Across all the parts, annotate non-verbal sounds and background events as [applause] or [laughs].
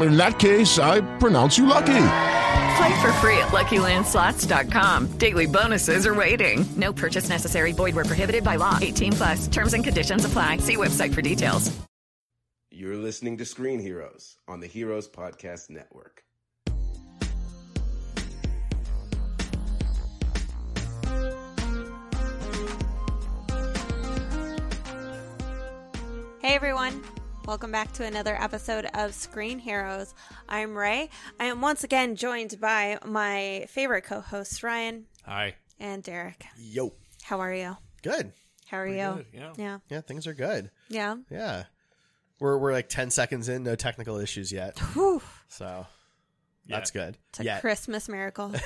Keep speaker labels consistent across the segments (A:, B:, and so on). A: In that case, I pronounce you lucky.
B: Play for free at LuckyLandSlots.com. Daily bonuses are waiting. No purchase necessary. Void where prohibited by law. 18 plus terms and conditions apply. See website for details.
C: You're listening to Screen Heroes on the Heroes Podcast Network.
D: Hey everyone, welcome back to another episode of Screen Heroes. I'm Ray. I am once again joined by my favorite co hosts, Ryan
E: Hi.
D: and Derek.
E: Yo.
D: How are you?
F: Good.
D: How are you?
E: yeah.
D: Yeah.
F: Yeah, things are good.
D: Yeah.
F: Yeah. We're we're like 10 seconds in, no technical issues yet.
D: [laughs] Whew.
F: So that's good.
D: It's a
F: Yet,
D: Christmas miracle.
E: [laughs]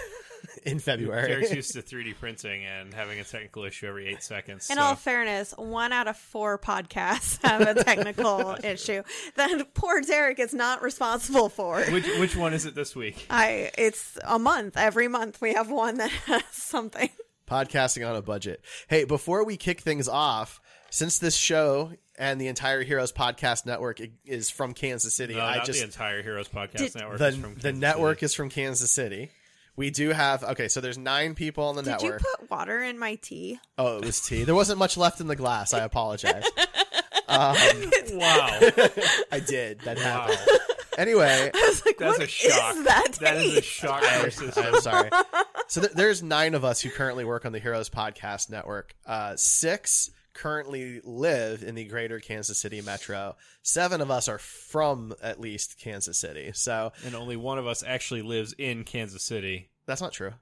F: in
E: Derek's
F: [laughs] February.
E: used to 3D printing and having a technical issue every eight seconds.
D: In
E: so-
D: all fairness, one out of four podcasts [laughs] have a
E: [laughs]
D: technical issue that poor Derek is not responsible for.
E: which which one is it this week?
D: I it's a month. Every month we have one that [laughs] has something.
F: Podcasting on a budget. Hey, before we kick things off, since this show and the entire Heroes Podcast Network i- is from Kansas City,
E: No,
F: I
E: not
F: just
E: the entire Heroes Podcast
D: Did-
E: Network.
F: the,
E: is from
F: the
E: Kansas
F: network
E: City.
F: is from Kansas City. We do have okay, so there's nine people on the
D: Did you
F: network.
D: put water in my tea?
F: oh, it was tea. There wasn't much left in the glass. I apologize. Um,
E: wow.
F: [laughs] I did. That
E: Wow.
F: happened. Anyway,
E: That's a shock.
D: that
E: that is a shock to our system.
F: I'm sorry. So th- there's nine of us who currently work on the Heroes Podcast Network. Uh, six currently live in the greater Kansas City metro. Seven of us are from at least Kansas City. So
E: And only one of us actually lives in Kansas City.
F: that's not true.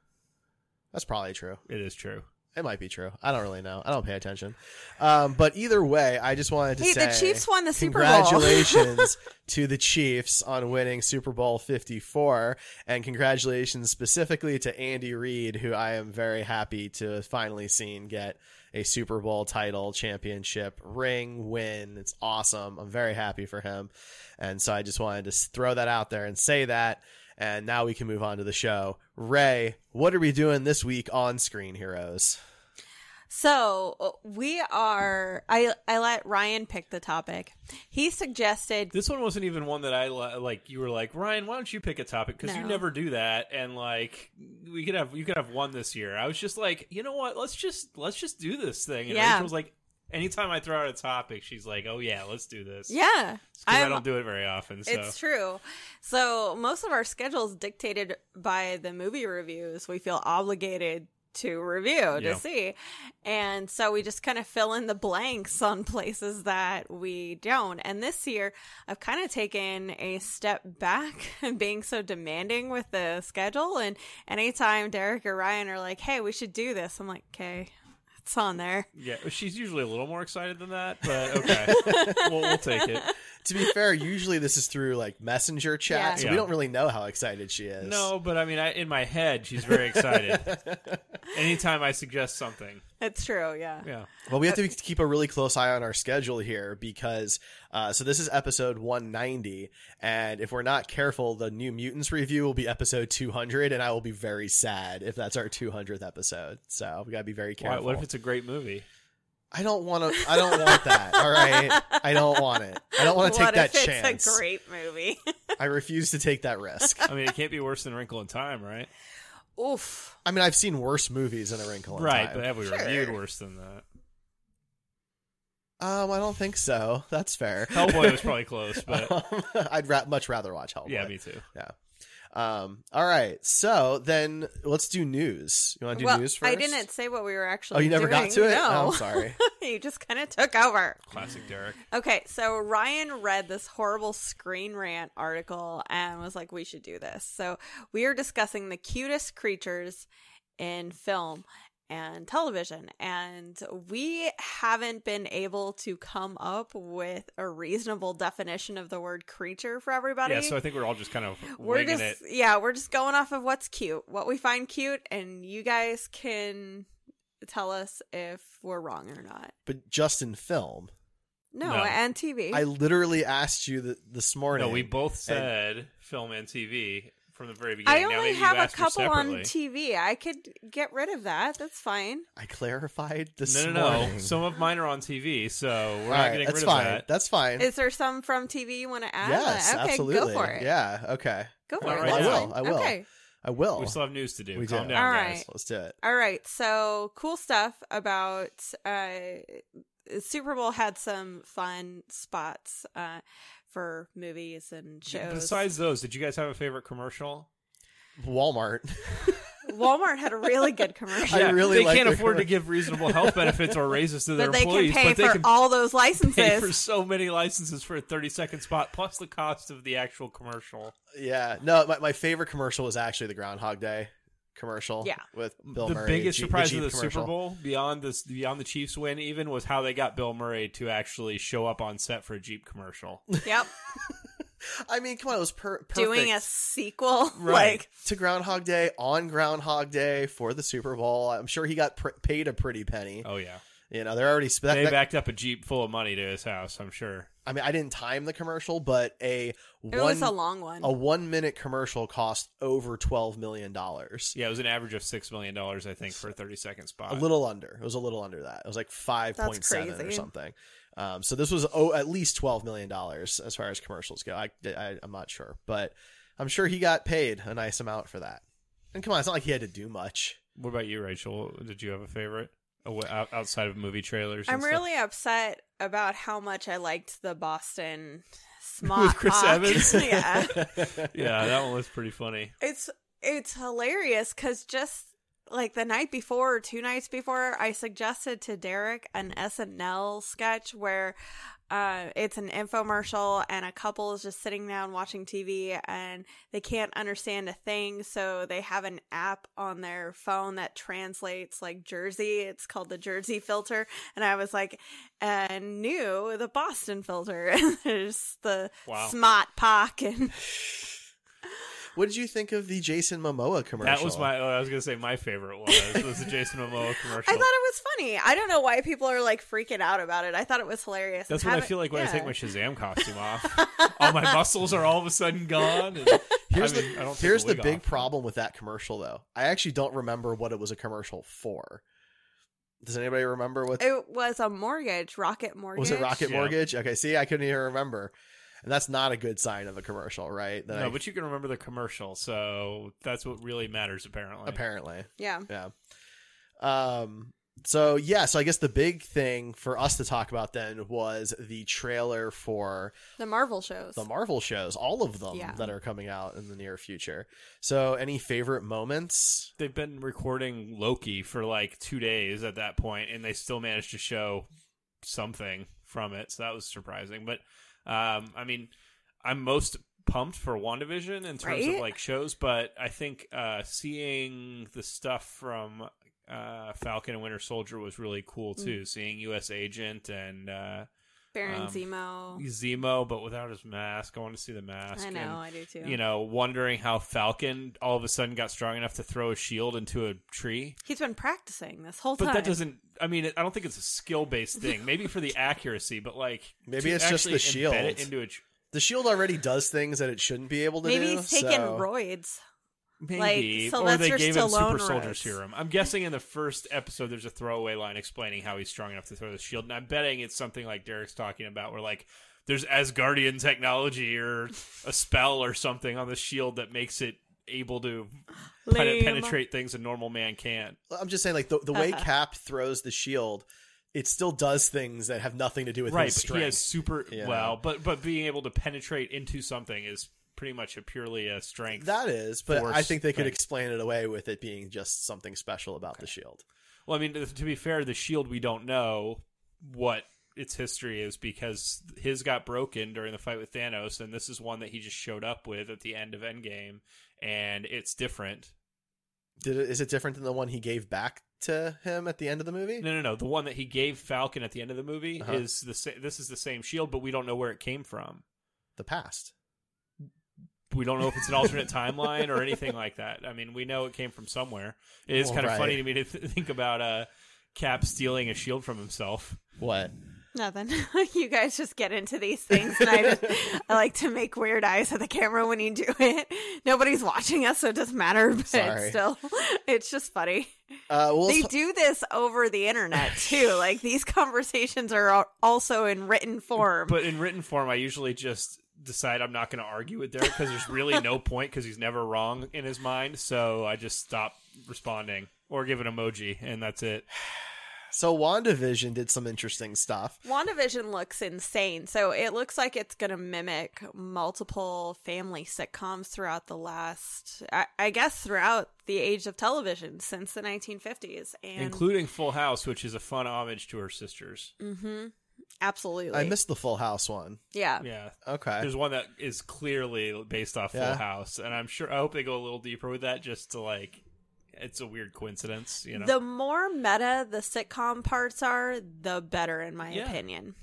F: That's probably true.
E: It is true.
F: It might be true. I don't really know. I don't pay attention. Um, but either way, I just wanted to
D: Hey,
F: say
D: the Chiefs won the Super Bowl. [laughs]
F: congratulations to the Chiefs on winning Super Bowl 54, and congratulations specifically to Andy Reid, who I am very happy to have finally seen get a Super Bowl title, championship, ring, win. It's awesome. I'm very happy for him, and so I just wanted to s- throw that out there and say that. And now we can move on to the show. Ray, what are we doing this week on Screen Heroes?
D: So uh, we are. I I let Ryan pick the topic. He suggested.
E: This one wasn't even one that I li- like. You were like Ryan, why don't you pick a topic? Because you
D: No.
E: never do that. And like we could have you could have one this year. I was just like, you know what? Let's just let's just do this thing. And
D: Yeah.
E: Rachel was like, anytime I throw out a topic, she's like, oh yeah, let's do this.
D: yeah,
E: Because I
D: I'm-
E: don't do it very often. So
D: It's true. So most of our schedules dictated by the movie reviews. We feel obligated to review
E: Yeah.
D: to see, and so we just kind of fill in the blanks on [laughs] places that we don't. And this year, I've kind of taken a step back [laughs] and being so demanding with the schedule. And anytime Derek or Ryan are like, "Hey, we should do this," I'm like, "Okay." It's on there.
E: yeah, she's usually a little more excited than that, but okay, we'll, we'll take it.
F: to be fair, usually this is through like messenger chat,
D: Yeah.
F: so
E: Yeah.
F: we don't really know Oh, how excited she is.
E: No, but I mean, I, in my head, she's very
F: [laughs]
E: excited. Anytime I suggest something,
D: It's true, yeah.
E: yeah,
F: Well, we have to be- keep a really close eye on our schedule here because uh, so this is episode 190, and if we're not careful, the New Mutants review will be episode 200, and I will be very sad if that's our 200th episode. So we gotta be very
E: Why,
F: careful.
E: what if it's a great movie?
F: I don't want to. I don't want that. All right, I don't want it. I don't
D: [laughs]
F: want to take
D: what
F: that
D: if it's
F: chance.
D: a great movie?
F: I refuse to take that risk.
E: I mean, it can't be worse than Wrinkle in Time, right?
D: Oof.
F: I mean, I've seen worse movies in A Wrinkle in
E: Right,
F: Time.
E: but have we reviewed worse than that?
F: Um, I don't think so. That's fair. [laughs]
E: Hellboy was probably close, but
F: I'd ra- much rather watch Hellboy.
E: yeah, me too.
F: Yeah. Um, all right. So then let's do news. You want to do
D: well,
F: news first?
D: I didn't say what we were actually.
F: Oh, you never got
D: doing.
F: to it?
D: No.
F: Oh, I'm
D: [laughs]
F: sorry.
D: you just kind of took over.
E: Classic Derek.
D: Okay, so Ryan read this horrible Screen Rant article and was like, we should do this. So we are discussing the cutest creatures in film and television, and we haven't been able to come up with a reasonable definition of the word creature for everybody.
E: Yeah, so I think we're all just kind of
D: we're
E: winging
D: just
E: it.
D: yeah, we're just going off of what's cute, what we find cute, and you guys can tell us if we're wrong or not.
F: But just in film.
D: No,
E: No.
D: and TV.
F: I literally asked you th- this morning.
E: No, we both said film and TV from the very
D: I
E: beginning. now
D: only
E: maybe you
D: have a
E: asked her
D: couple on
E: separately.
D: TV. I could get rid of that. That's fine.
F: I clarified this
E: No, no,
F: morning.
E: no. Some of mine are on TV, so we're
F: All
E: not
F: right,
E: getting
F: that's
E: rid
F: fine.
E: of that.
F: That's fine.
D: Is there some from TV you want to add?
F: yes,
D: okay,
F: absolutely.
D: go for it.
F: Yeah. Okay.
D: Go for
E: Not
D: it.
E: right
F: I
D: That's
F: will.
D: fine.
F: I will.
D: Okay.
F: I will.
E: We still have news to do.
F: We
E: Calm
F: do.
E: down,
D: All
E: guys.
D: right.
F: Let's do it.
D: All right. So cool stuff about uh, Super Bowl had some fun spots uh, for movies and shows.
E: Besides [laughs] those, did you guys have a favorite commercial?
F: Walmart.
D: Walmart had a really
E: [laughs]
D: good commercial.
F: I really
E: they
F: like
E: can't
F: the
E: afford to
F: commer- [laughs]
E: give reasonable health benefits or raises to their
D: That they can
E: employees,
D: pay
E: but they
D: for
E: can
D: all those
E: pay [laughs] for
D: licenses.
E: so many licenses for a thirty-second spot, plus the cost of the actual commercial.
F: yeah. No, my, my favorite commercial was actually the Groundhog Day commercial.
D: Yeah.
F: With Bill
E: the
F: Murray.
E: biggest
F: Jeep-
E: surprise
F: Jeep
E: of the
F: commercial.
E: Super Bowl beyond this beyond the Chiefs win even was how they got Bill Murray to actually show up on set for a Jeep
F: [laughs]
E: commercial.
D: Yep.
F: I mean, come on, it was per- perfect.
D: Doing a sequel.
E: Right.
D: Like,
F: to Groundhog Day on Groundhog Day for the Super Bowl. I'm sure he got pr- paid a pretty penny.
E: Oh yeah.
F: You know, they're already. Sp- that-
E: They
F: that-
E: backed up a Jeep full of money to his house, I'm sure.
F: I mean, I didn't time the commercial, but a
D: it
F: one
D: was a long one.
F: a one minute commercial cost over twelve million dollars.
E: Yeah, it was an average of six million dollars, I think, for a thirty second spot.
F: A little under. It was a little under that. It was like five point seven or
D: crazy.
F: something. Um, so this was oh, at least twelve million dollars as far as commercials go. I, I I'm not sure, but I'm sure he got paid a nice amount for that. And come on, it's not like he had to do much.
E: What about you, Rachel? Did you have a favorite Aw- out- outside of movie trailers? and
D: I'm
E: stuff?
D: really upset about how much I liked the Boston
E: [laughs]
D: smog
E: With Chris
D: talk.
E: Evans?
D: [laughs] yeah,
E: [laughs] yeah. That one was pretty funny.
D: it's it's hilarious because just like the night before, or two nights before, I suggested to Derek an SNL sketch where uh, it's an infomercial and a couple is just sitting down watching TV and they can't understand a thing. So they have an app on their phone that translates like Jersey. It's called the Jersey filter. And I was like, and new the Boston filter. [laughs] And there's the
E: Wow.
D: smart pock and
F: [laughs] What did you think of the Jason Momoa commercial?
E: That was my. Oh, I was gonna say my favorite was was the Jason Momoa commercial.
D: I thought it was funny. I don't know why people are like freaking out about it. I thought it was hilarious.
E: That's
D: And
E: what I
D: haven't-
E: feel like when I
D: yeah. [laughs]
E: take my Shazam costume off. all my muscles are all of a sudden gone. And
F: Here's
E: I mean, I
F: the
E: don't take
F: here's the
E: wig
F: big
E: off.
F: problem with that commercial though. I actually don't remember what it was a commercial for. Does anybody remember what
D: It was a mortgage, Rocket Mortgage.
F: was it? Rocket
E: Yeah.
F: Mortgage. Okay, see, I couldn't even remember, and that's not a good sign of a commercial, right? That
E: No,
F: I-
E: but you can remember the commercial, so that's what really matters. Apparently,
F: apparently,
D: Yeah.
F: yeah. Um. So yeah, so I guess the big thing for us to talk about then was the trailer for
D: The Marvel shows.
F: the Marvel shows, all of them
D: Yeah.
F: that are coming out in the near future. So any favorite moments?
E: they've been recording Loki for like two days at that point, and they still managed to show something from it. So that was surprising. But um, I mean, I'm most pumped for WandaVision in terms of
D: Right?
E: like shows, but I think uh, seeing the stuff from uh, Falcon and Winter Soldier was really cool too. Seeing U.S. Agent and uh,
D: Baron
E: um,
D: Zemo.
E: Zemo, but without his mask. I want to see the mask.
D: I
E: and-
D: know, I do too.
E: you know, wondering how Falcon all of a sudden got strong enough to throw a shield into a tree.
D: He's been practicing this whole
E: But
D: time.
E: that doesn't. I mean, I don't think it's a skill based thing. Maybe for the accuracy, but like
F: Maybe
E: to
F: it's just the
E: actually
F: shield.
E: embed it into a tr-
F: The shield already does things that it shouldn't be able to
D: Maybe
F: do.
D: he's taking
F: so-
D: roids.
E: maybe,
D: Like,
E: or they
D: Sylvester
E: gave him
D: Stallone
E: super soldier
D: roads.
E: serum. I'm guessing in the first episode, there's a throwaway line explaining how he's strong enough to throw the shield, and I'm betting it's something like Derek's talking about, where like there's Asgardian technology or a spell or something on the shield that makes it able to pen-
D: Lame.
E: penetrate things a normal man can't.
F: I'm just saying, like the, the way
D: Uh-huh.
F: Cap throws the shield, it still does things that have nothing to do with
E: right
F: his
E: but he has
F: strength.
E: super
F: Yeah.
E: well but but being able to penetrate into something is pretty much a purely a strength.
F: That is, but
E: force
F: I think they could
E: thing.
F: explain it away with it being just something special about the shield.
E: Well, I mean, to be fair, the shield we don't know what its history is because his got broken during the fight with Thanos, and this is one that he just showed up with at the end of Endgame, and it's different.
F: Did it, is it different than the one he gave back to him at the end of the movie?
E: No, no, no. The one that he gave Falcon at the end of the movie
F: Uh-huh.
E: is the sa- this is the same shield, but we don't know where it came from.
F: The past.
E: We don't know if it's an alternate timeline or anything like that. I mean, we know it came from somewhere. It is
F: Well,
E: kind of
F: right.
E: funny to me to th- think about uh, Cap stealing a shield from himself.
F: What?
D: Nothing. [laughs] you guys just get into these things, and I, just, I like to make weird eyes at the camera when you do it. Nobody's watching us, so it doesn't matter. [laughs] But
F: Sorry.
D: still, it's just funny.
F: Uh, well,
D: They
F: let's-
D: do this over the internet too. Like these [laughs] conversations are al- also in written form.
E: But in written form, I usually just decide I'm not going to argue with Derek because there's really no point because he's never wrong in his mind. So I just stop responding or give an emoji, and that's it.
F: [sighs] so WandaVision did some interesting stuff.
D: WandaVision looks insane. So it looks like it's going to mimic multiple family sitcoms throughout the last, I, I guess, throughout the age of television since the 1950s. And
E: Including Full House, which is a fun homage to her sisters.
D: Mm-hmm. absolutely.
F: I missed the Full House one.
D: yeah.
E: Yeah.
F: Okay.
E: There's one that is clearly based off
F: Yeah.
E: Full House, and I'm sure I hope they go a little deeper with that just to like it's a weird coincidence, you know.
D: The more meta the sitcom parts are, the better, in my
E: Yeah.
D: opinion.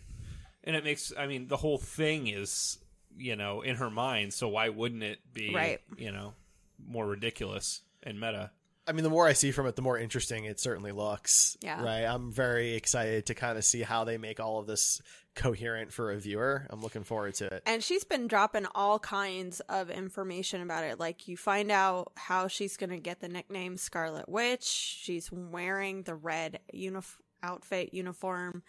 E: and it makes I mean the whole thing is, you know, in her mind, so why wouldn't it be
D: Right.
E: you know, more ridiculous and meta?
F: I mean, the more I see from it, the more interesting it certainly looks.
D: Yeah.
F: Right. I'm very excited to kind of see how they make all of this coherent for a viewer. I'm looking forward to it.
D: And she's been dropping all kinds of information about it. Like you find out how she's going to get the nickname Scarlet Witch. She's wearing the red unif- outfit uniform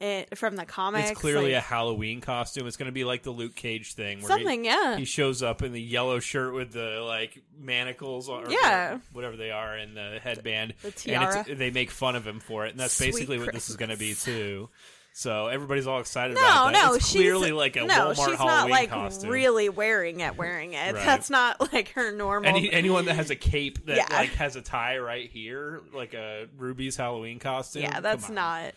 D: it, from the comics.
E: It's clearly a
D: like,
E: Halloween costume. It's going to be like the Luke Cage thing, where
D: something.
E: He,
D: yeah.
E: he shows up in the yellow shirt with the like manacles or
D: Yeah.
E: whatever they are and the headband.
D: The
E: And
D: tiara.
E: it's, they make fun of him for it, and that's
D: Sweet
E: basically what this is going to be
D: Christmas.
E: too. So everybody's all excited
D: no,
E: about that.
D: no,
E: it's
D: she's
E: clearly like a
D: no,
E: Walmart
D: she's
E: Halloween
D: not like
E: costume.
D: really wearing it, wearing it.
E: Right.
D: That's not like her normal.
E: Any, anyone that has a cape that
D: Yeah.
E: like has a tie right here, like a Ruby's Halloween costume.
D: yeah,
E: come
D: that's
E: on.
D: not.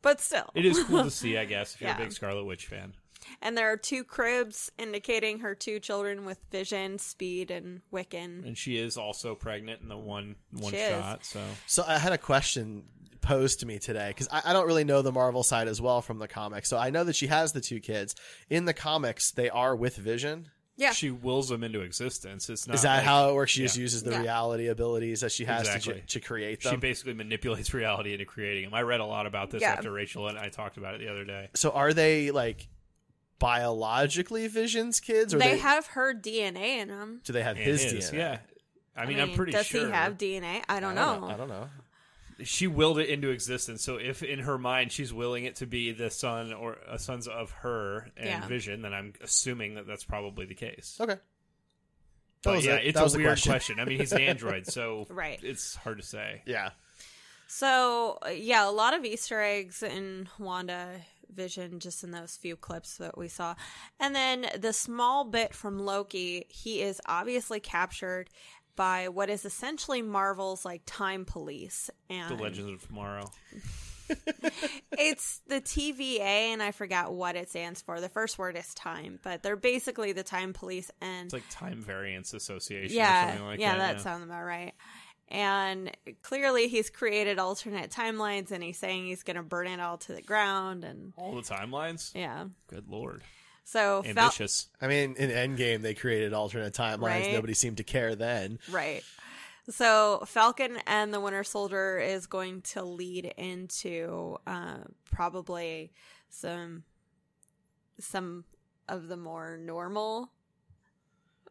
D: But still,
E: It is
D: [laughs]
E: cool to see, I guess, if you're
D: Yeah.
E: a big Scarlet Witch fan.
D: And there are two cribs indicating her two children with vision, speed, and Wiccan.
E: and she is also pregnant in the one one
D: She is.
E: shot. So
F: So I had a question posed to me today because I, I don't really know the Marvel side as well from the comics. So I know that she has the two kids. In the comics, they are with Vision.
D: Yeah.
E: she wills them into existence. It's not
F: Is that
E: like-
F: how it works? She just
E: yeah.
F: uses the
D: Yeah.
F: reality abilities that she has to,
E: Exactly.
F: ju- to create
E: she
F: them.
E: basically manipulates [laughs] reality into creating them? I read a lot about this
D: Yeah.
E: after Rachel and I talked about it the other day.
F: so are they like biologically Vision's kids, or
D: They have her DNA in them.
F: do they have
E: And
F: his, DNA?
E: yeah. I mean, I am pretty
D: does
E: sure
D: he have DNA? I don't, know.
F: I don't know.
E: she willed it into existence. So if in her mind she's willing it to be the son or uh, sons of her and
D: Yeah.
E: Vision, then I'm assuming that that's probably the case.
F: Okay. That
E: But
F: was
E: yeah,
F: it.
E: it's
F: That was
E: a
F: the
E: weird
F: question.
E: I mean, he's an android,
F: [laughs]
E: so
D: Right.
E: it's hard to say.
F: Yeah.
D: So uh, yeah, a lot of Easter eggs in Wanda Vision just in those few clips that we saw. And then the small bit from Loki, he is obviously captured by what is essentially Marvel's like time police and
E: The Legends of Tomorrow.
D: [laughs] it's the TVA, and I forgot what it stands for. The first word is time, but they're basically the time police. And
E: It's like Time Variance Association or
D: yeah,
E: something like
D: yeah,
E: that.
D: that sounds about right. And clearly, he's created alternate timelines, and he's saying he's going to burn it all to the ground. And
E: All the timelines?
D: yeah,
E: Good lord.
D: so Fal-
E: Ambitious.
F: I mean, in Endgame, they created alternate timelines.
D: Right.
F: Nobody seemed to care then.
D: right. So Falcon and the Winter Soldier is going to lead into uh, probably some some of the more normal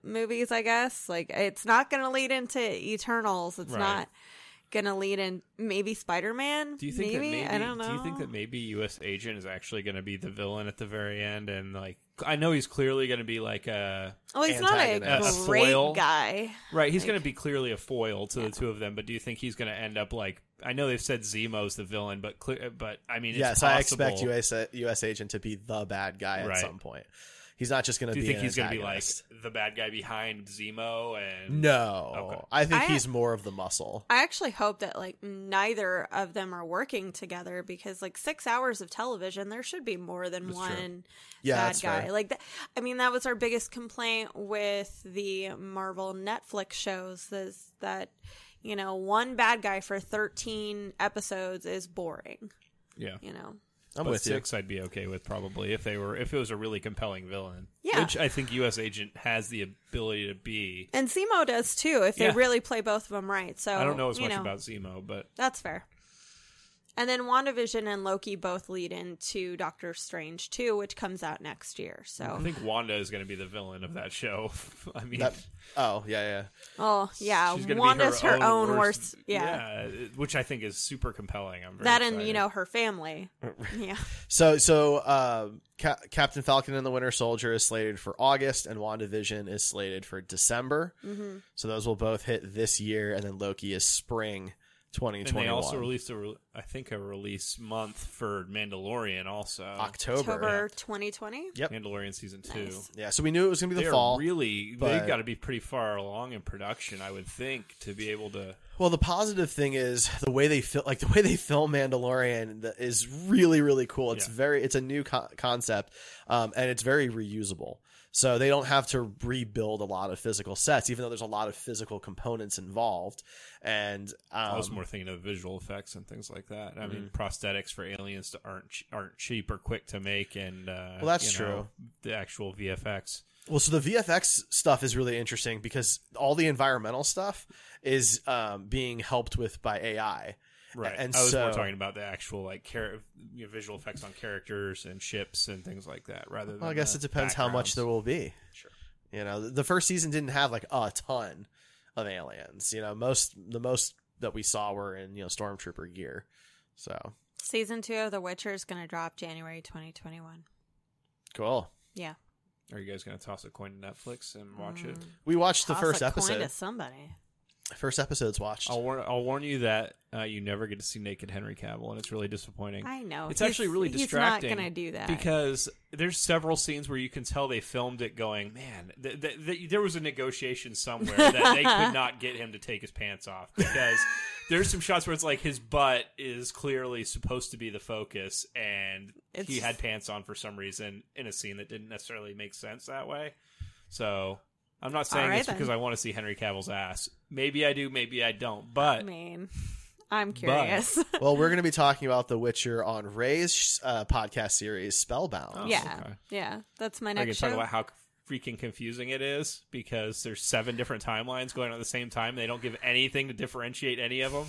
D: movies, I guess. Like it's not going to lead into Eternals. It's
E: Right.
D: not going to lead in maybe Spider Man.
E: Do you think
D: maybe?
E: that maybe
D: I don't know.
E: do you think that maybe US Agent is actually going to be the villain at the very end and like I know he's clearly going to be like a
D: Well, he's not
F: Antagonist.
D: a
E: A
D: great
E: foil?
D: guy.
E: right, he's going to be clearly a foil to the two of them, but do you think he's going to end up like I know they've said Zemo's the villain, but clear, but I mean, it's
F: yes, I
E: possible.
F: expect US, U.S. agent to be the bad guy at
E: Right.
F: some point. He's not just going to
E: Do
F: be.
E: you think
F: an
E: he's going to be like
F: antagonist.
E: the bad guy behind Zemo? And
F: No,
E: Okay.
F: I think
D: I-
F: he's more of the muscle.
D: I actually hope that like neither of them are working together because like six hours of television, there should be more than
E: That's true.
D: one
F: Yeah,
D: bad
F: that's
D: guy.
F: fair.
D: Like, that, I mean, that was our biggest complaint with the Marvel Netflix shows is that you know one bad guy for thirteen episodes is boring.
E: yeah,
D: You know,
F: I'm
E: but
F: with you.
E: six, I'd be okay with probably if they were if it was a really compelling villain.
D: Yeah.
E: which I think U.S. Agent has the ability to be.
D: and Zemo does too if they
E: Yeah.
D: really play both of them right. So
E: I don't know as
D: you
E: much about Zemo, but
D: That's fair. And then WandaVision and Loki both lead into Doctor Strange 2, which comes out next year.
E: I
D: [laughs] So,
E: think Wanda is going to be the villain of that show. [laughs] I mean,
F: That- oh yeah, yeah.
D: oh, yeah.
E: she's gonna be
D: Wanda's her, own, worst. Yeah.
E: which I think is super compelling. I'm very
D: that and, you
E: excited.
D: know, her [laughs] family. yeah.
F: So so uh, Ca- Captain Falcon and the Winter Soldier is slated for August, and WandaVision is slated for December.
D: Mm-hmm.
F: So those will both hit this year, and then Loki is spring
E: And
F: 2021.
E: they also released a, re- I think a release month for Mandalorian also.
F: October.
D: October 2020.
F: Yep.
E: Mandalorian season two.
D: Nice.
F: Yeah, so we knew it was going to be the
E: They're
F: fall.
E: really
F: but-
E: they've got to be pretty far along in production, I would think, to be able to.
F: Well, the positive thing is the way they fil- like the way they film Mandalorian th- is really really cool. It's
E: Yeah.
F: very it's a new co- concept, um, and it's very reusable. So they don't have to rebuild a lot of physical sets, even though there's a lot of physical components involved. And
E: I was
F: um, Mm-hmm.
E: more thinking of visual effects and things like that. I mean, prosthetics for aliens to aren't ch- aren't cheap or quick to make, and uh,
F: Well, that's
E: you know, the actual VFX.
F: Well, so the VFX stuff is really interesting because all the environmental stuff is um, being helped with by AI.
E: Right.
F: And
E: I was more
F: so-
E: talking about the actual like char- you know, visual effects on characters and ships and things like that, rather than.
F: Well, I guess
E: the
F: it depends how
E: backgrounds.
F: much there will be.
E: Sure.
F: You know, the first season didn't have like a ton of aliens. You know, most the most that we saw were in you know stormtrooper gear. So
D: Season 2 of The Witcher is going to drop January 2021.
F: cool.
D: Yeah.
E: Are you guys going to toss a coin to Netflix and watch it?
F: We watched the
D: Toss
F: first
D: a Coin
F: episode.
D: to somebody.
F: First episode's watched.
E: I'll warn I'll warn you that uh, you never get to see naked Henry Cavill, and it's really disappointing.
D: I know.
E: It's
D: He's-
E: actually really
D: he's not
E: distracting.
D: gonna do that.
E: because there's several scenes where you can tell they filmed it going, man, th- th- th- there was a negotiation somewhere that
D: [laughs]
E: they could not get him to take his pants off because there's some shots where it's like his butt is clearly supposed to be the focus, and
D: It's-
E: he had pants on for some reason in a scene that didn't necessarily make sense that way. So. I'm not saying
D: right,
E: it's because
D: then.
E: I want to see Henry Cavill's ass. Maybe I do, maybe I don't. But
D: I mean, I'm curious.
E: [laughs]
F: well, we're going to be talking about The Witcher on Ray's uh, podcast series Spellbound.
D: yeah.
E: okay.
D: Yeah. That's my
E: I can
D: next
E: talk
D: show.
E: about how freaking confusing it is because there's seven different timelines going on at the same time. They don't give anything to differentiate any
D: [laughs]
E: of them.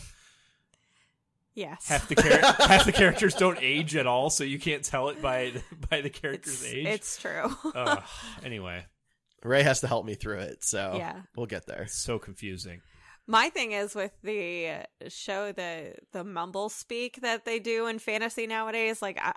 D: yes.
E: Half the, char- half the characters don't age at all, so you can't tell it by by the character's
D: it's,
E: age.
D: it's
E: [laughs]
D: true.
E: Ugh. anyway,
F: Ray has to help me through it, so
D: Yeah.
F: we'll get there.
E: it's so confusing.
D: My thing is with the show the the mumble speak that they do in fantasy nowadays. Like I,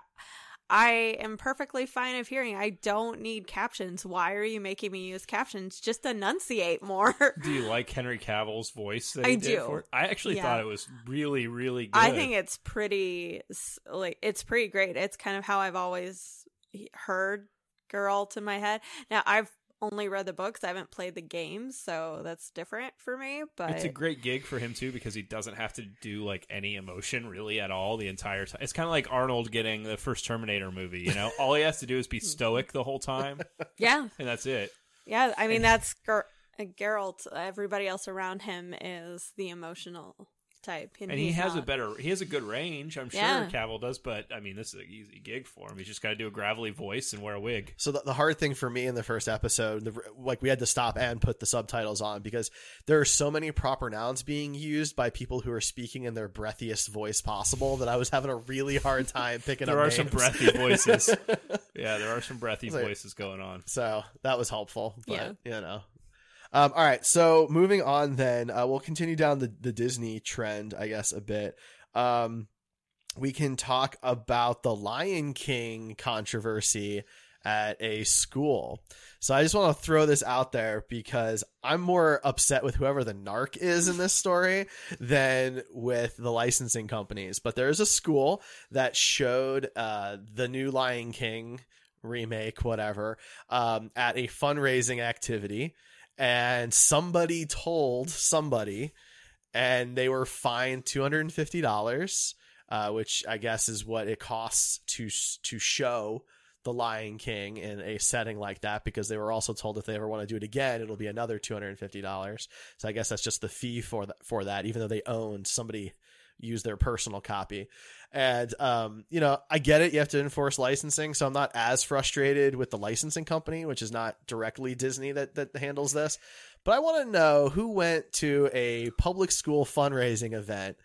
D: I am perfectly fine of hearing. I don't need captions. Why are you making me use captions? Just enunciate more. [laughs]
E: Do you like Henry Cavill's voice? That he
D: I
E: did
D: do.
E: For it? I actually
D: Yeah.
E: thought it was really, really good.
D: I think it's pretty s- like it's pretty great. It's kind of how I've always he- heard girl to my head. Now I've only read the books. I haven't played the games, so that's different for me. But
E: It's a great gig for him too because he doesn't have to do like any emotion really at all the entire time. It's kind of like Arnold getting the first Terminator movie, you know. all he has to do
D: [laughs]
E: is be stoic the whole time,
D: yeah,
E: and that's it.
D: Yeah, I mean that's Ger- uh, Geralt. Everybody else around him is the emotional type,
E: And he
D: he's
E: has a
D: not.
E: better, he has a good range, I'm sure
D: Yeah.
E: Cavill does. But I mean, this is an easy gig for him. He's just got to do a gravelly voice and wear a wig.
F: So the, the hard thing for me in the first episode, the, like we had to stop and put the subtitles on because there are so many proper nouns being used by people who are speaking in their breathiest voice possible that I was having a really hard time picking
E: There
F: up.
E: are [laughs] some
F: names.
E: breathy voices. yeah, there are some breathy
F: like-
E: voices going on.
F: So that was helpful.
D: Yeah.
F: But, you know. Um, all right. So moving on, then uh, we'll continue down the, the Disney trend, I guess, a bit. Um, we can talk about the Lion King controversy at a school. So I just want to throw this out there because I'm more upset with whoever the narc is in this story than with the licensing companies. But there is a school that showed uh, the new Lion King remake, whatever, um, at a fundraising activity. And somebody told somebody, and they were fined $250, uh, which I guess is what it costs to to show the Lion King in a setting like that because they were also told if they ever want to do it again, it'll be another two hundred and fifty dollars. So I guess that's just the fee for that for that, even though they owned somebody used their personal copy. And um, you know, I get it, you have to enforce licensing, so I'm not as frustrated with the licensing company, which is not directly Disney that that handles this. But I want to know who went to a public school fundraising event,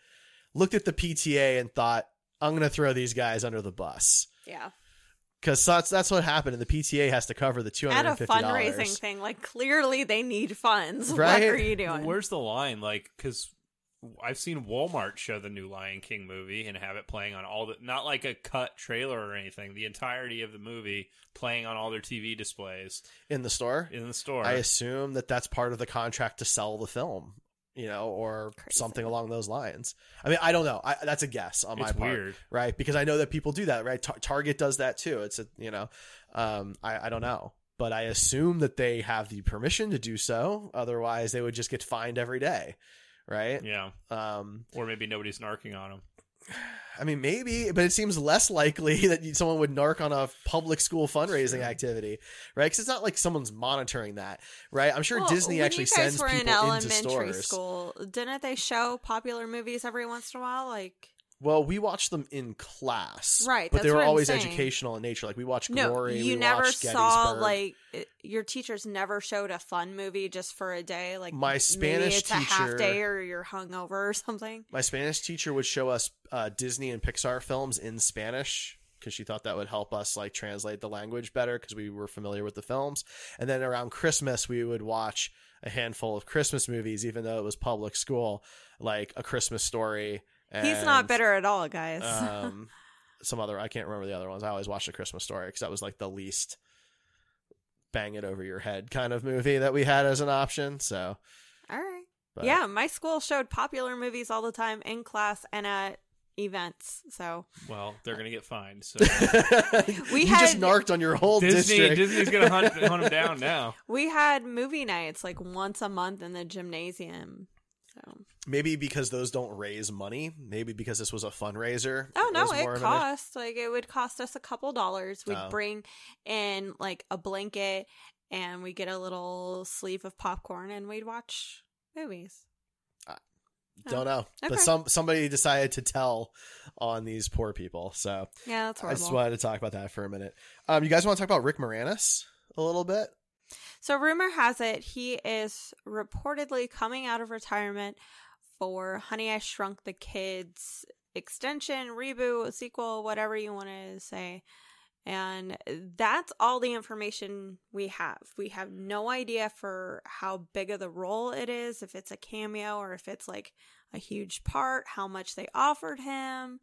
F: looked at the PTA and thought, I'm gonna throw these guys under the bus.
D: Yeah.
F: Because that's that's what happened, and the PTA has to cover the two
D: At
F: hundred
D: a
F: and fifty dollars.
D: fundraising thing, like clearly they need funds. [laughs]
F: Right?
D: What are you doing?
E: Where's the line? Like, because I've seen Walmart show the new Lion King movie and have it playing on all the not like a cut trailer or anything, the entirety of the movie playing on all their TV displays
F: in the store.
E: in the store.
F: I assume that that's part of the contract to sell the film, you know, or
D: Crazy.
F: something along those lines. I mean, I don't know. I, that's a guess on my
E: It's
F: part,
E: weird.
F: right? Because I know that people do that, right? Tar- Target does that too. It's a you know, um, I, I don't know, but I assume that they have the permission to do so. Otherwise, they would just get fined every day, right?
E: yeah,
F: Um,
E: or maybe nobody's narking on them.
F: I mean, maybe, but it seems less likely [laughs] that you- someone would narc on a public school fundraising activity, right? Because it's not like someone's monitoring that, right? I'm sure
D: Well,
F: Disney
D: when
F: actually
D: you guys
F: sends
D: were
F: people
D: in
F: into
D: elementary
F: stores.
D: school. Didn't they show popular movies every once in a while? Like
F: Well, we watched them in class,
D: Right,
F: But
D: that's
F: they were
D: what I'm
F: always
D: saying.
F: educational in nature. Like we watched
D: no,
F: Glory.
D: you
F: we
D: never
F: watched
D: saw
F: Gettysburg.
D: like it- your teachers never showed a fun movie just for a day. Like
F: My Spanish
D: maybe it's a half
F: teacher-
D: day or you're hungover or something.
F: my Spanish teacher would show us uh, Disney and Pixar films in Spanish because she thought that would help us like translate the language better because we were familiar with the films. And then around Christmas, we would watch a handful of Christmas movies, even though it was public school, like A Christmas Story. And,
D: He's not bitter at all, guys. [laughs]
F: um, some other, I can't remember the other ones. I always watched A Christmas Story because that was like the least bang it over your head kind of movie that we had as an option. So,
D: all right.
F: but-
D: Yeah, my school showed popular movies all the time in class and at events. So
E: Well, they're gonna get fined. So
F: [laughs]
D: We
F: you just
D: had-
F: narked on your whole
E: Disney,
F: district.
E: Disney's gonna
F: [laughs]
E: hunt, hunt them down now.
D: we had movie nights like once a month in the gymnasium. So
F: maybe because those don't raise money maybe because this was a fundraiser
D: Oh no,
F: was more
D: it
F: of an-
D: costs like it would cost us a couple dollars. We'd
F: Oh.
D: bring in like a blanket and we get a little sleeve of popcorn and we'd watch movies.
F: don't know but
D: Okay.
F: some somebody decided to tell on these poor people so
D: Yeah,
F: i
D: that's horrible.
F: just wanted to talk about that for a minute um you guys want to talk about rick moranis a little bit
D: So rumor has it he is reportedly coming out of retirement for Honey I Shrunk the Kids extension, reboot, sequel, whatever you want to say. And that's all the information we have. We have no idea for how big of the role it is, if it's a cameo or if it's like a huge part, how much they offered him.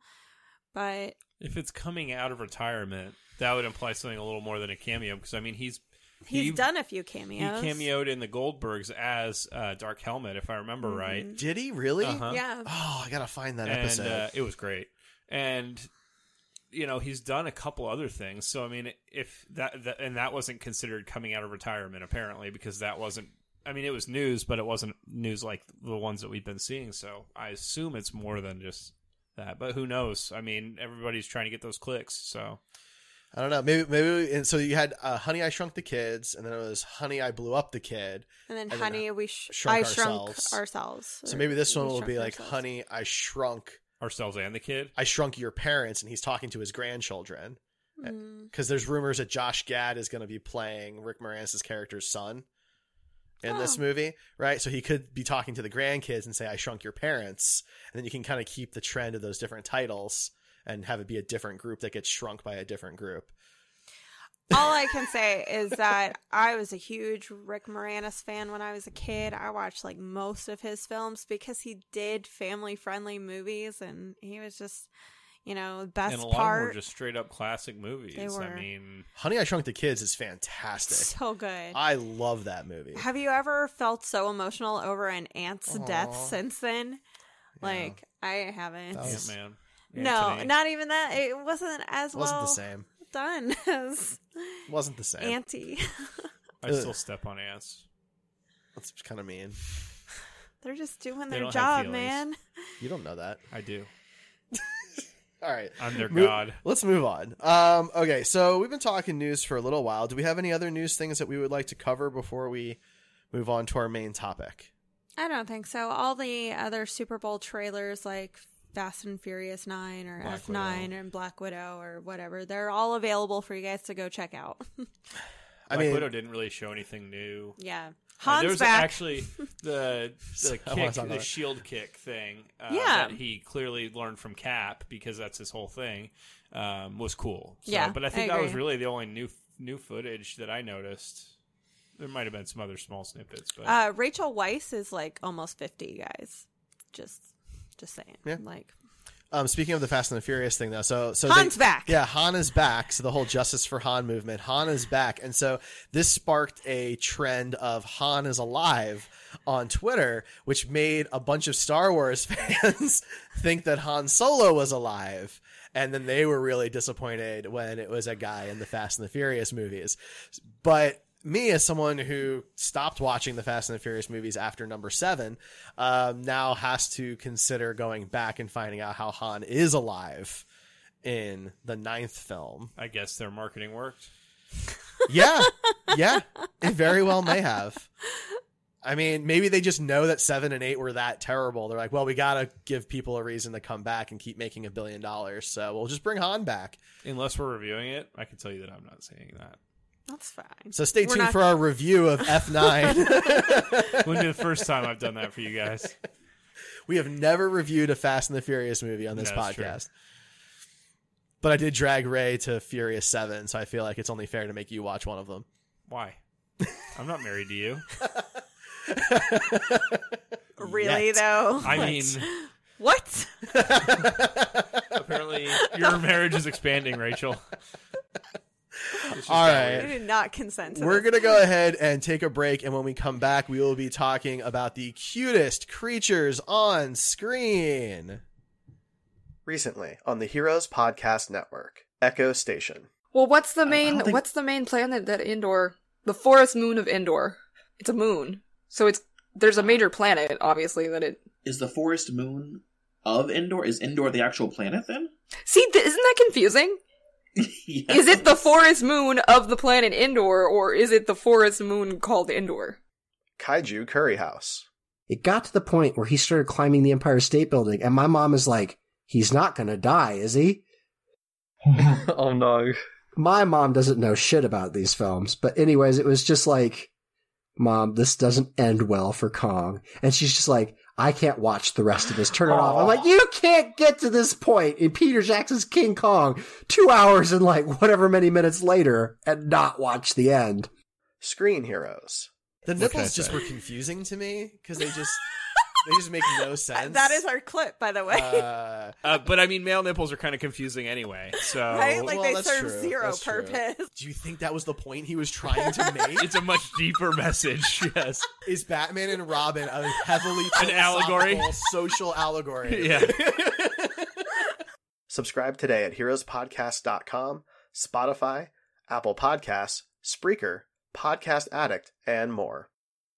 D: But
E: If it's coming out of retirement, that would imply something a little more than a cameo. Because I mean, he's
D: he's
E: he-
D: done a few
E: He
D: cameos.
E: cameoed in the Goldbergs as uh, Dark Helmet, if I remember
F: Mm-hmm.
E: right.
F: did he really
E: Uh-huh.
D: Yeah.
F: oh i gotta find that
E: and
F: episode
E: uh, it was great. And you know, he's done a couple other things. So I mean, if that, that and that wasn't considered coming out of retirement apparently because that wasn't. I mean, it was news, but it wasn't news like the ones that we've been seeing. So I assume it's more than just that. But who knows? I mean, everybody's trying to get those clicks. So
F: i don't know maybe maybe and so you had uh, honey i shrunk the kids and then it was honey i blew up the kid
D: And then,
F: And then
D: honey, we sh-
F: shrunk
D: I shrunk
F: ourselves.
D: ourselves.
F: so
D: Or
F: maybe this
D: we
F: one will
D: shrunk
F: be like
D: ourselves.
F: honey i shrunk
E: ourselves and the kid.
F: I shrunk your parents, and he's talking to his grandchildren.
D: Hmm.
F: Because there's rumors that Josh Gad is going to be playing Rick Moranis' character's son in this
D: Oh.
F: movie, right? So he could be talking to the grandkids and say, I shrunk your parents. And then you can kind of keep the trend of those different titles and have it be a different group that gets shrunk by a different group. [laughs]
D: All I can say is that I was a huge Rick Moranis fan when I was a kid. I watched like most of his films because he did family friendly movies and he was just, you know, best
E: and a lot
D: part.
E: more just straight up classic movies.
D: They were-
E: I mean,
F: Honey, I Shrunk the Kids is fantastic.
D: [laughs] so good.
F: I love that movie.
D: Have you ever felt so emotional over an aunt's death
F: Aw.
D: since then? Like I haven't.
F: That
E: Ant
F: was-
E: Man.
D: no,
E: Anthony.
D: not even that. It wasn't as
F: wasn't
D: well
F: the same.
D: done [laughs] as
F: Wasn't the same.
D: Auntie.
E: I still step on ants.
F: That's kind of mean.
D: They're just doing
E: They
D: their
E: don't have
D: job,
E: feelings.
D: man.
F: You don't know that.
E: I do.
F: All right.
E: I'm their
F: Mo-
E: god.
F: Let's move on. Um, okay, so we've been talking news for a little while. Do we have any other news things that we would like to cover before we move on to our main topic?
D: I don't think so. All the other Super Bowl trailers, like Fast and Furious 9 or
F: Black
D: F9 and Black Widow or whatever, they're all available for you guys to go check out.
F: I
E: Black
F: mean,
E: Widow didn't really show anything new.
D: [laughs] yeah.
E: Uh,
D: Han's
E: there was
D: back.
E: actually
F: [laughs]
E: the the
F: I wanna
E: kick,
F: talk about
E: the
F: it.
E: shield kick thing. Uh,
D: Yeah.
E: that he clearly learned from Cap because that's his whole thing. Um, was cool. So,
D: Yeah,
E: but I
D: I
E: think that was
D: agree.
E: really the only new new footage that I noticed. There might have been some other small snippets, but
D: Uh, Rachel Weiss is like almost 50, guys. Just just saying.
F: Yeah.
D: Like,
F: um, speaking of the Fast and the Furious thing, though, so so
D: Han's
F: they-
D: back.
F: Yeah, Han is back. So the whole Justice for Han movement, Han is back, and so this sparked a trend of Han is alive on Twitter, which made a bunch of Star Wars [laughs] fans think that Han Solo was alive. And then they were really disappointed when it was a guy in the Fast and the Furious movies. But me, as someone who stopped watching the Fast and the Furious movies after number seven, um, now has to consider going back and finding out how Han is alive in the ninth film.
E: I guess their marketing worked.
F: Yeah, yeah, it very well may have. I mean, maybe they just know that seven and eight were that terrible. They're like, well, we gotta give people a reason to come back and keep making a billion dollars, so we'll just bring Han back.
E: Unless we're reviewing it, I can tell you that I'm not saying that.
D: that's fine.
F: So stay
D: We're
F: tuned
D: not-
F: for our review
D: [laughs]
F: of F nine.
E: Wouldn't be the first time I've done that for you guys.
F: We have never reviewed a Fast and the Furious movie [laughs] on this
E: No, that's true.
F: podcast. But I did drag Ray to Furious 7, so I feel like it's only fair to make you watch one of them. [laughs]
E: Why? I'm not married to
D: [laughs]
E: you.
D: Really, though? [laughs]
E: I mean,
D: What?
E: apparently [laughs] your marriage is expanding, Rachel.
F: All
D: [laughs] I
F: right.
D: did not consent to
F: We're
D: this.
F: going to go ahead and take a break. And when we come back, we will be talking about the cutest creatures on screen. Recently on the Heroes Podcast Network, Echo Station.
G: Well, what's the
F: don't
G: main
F: think-
G: what's the main planet that Endor? The forest moon of Endor. It's a moon, so it's there's a major planet, obviously that it.
H: Is the forest moon of Endor? Is Endor the actual planet then?
G: See, th- isn't that confusing?
H: Yes.
G: Is it the forest moon of the planet Endor, or is it the forest moon called Endor?
F: Kaiju Curry House.
I: It got to the point where he started climbing the Empire State Building, and my mom is like, he's not gonna die, is he?
J: oh no.
I: My mom doesn't know shit about these films, but anyways, it was just like, Mom, this doesn't end well for Kong. And she's just like, I can't watch the rest of this. Turn it off. I'm like, you can't get to this point in Peter Jackson's King Kong two hours and like whatever many minutes later and not watch the end.
K: Screen Heroes.
F: The
I: What can I
F: nipples just
I: say?
F: were confusing to me because they
I: [laughs]
F: just they just make [laughs]
D: [laughs]
F: no sense.
D: That is our clip, by the way.
F: Uh,
E: but I mean, male nipples are kind of confusing anyway. So
D: [laughs] Right? Like, they
F: that's
D: serve zero
F: that's true.
D: purpose. [laughs]
F: Do you think that was the point he was trying to make?
E: it's a much deeper message. [laughs] Yes.
F: is Batman and Robin a heavily
E: [laughs] An allegory?
F: philosophical social allegory?
E: [laughs] Yeah.
K: Subscribe today at heroespodcast.com, Spotify, Apple Podcasts, Spreaker, Podcast Addict, and more.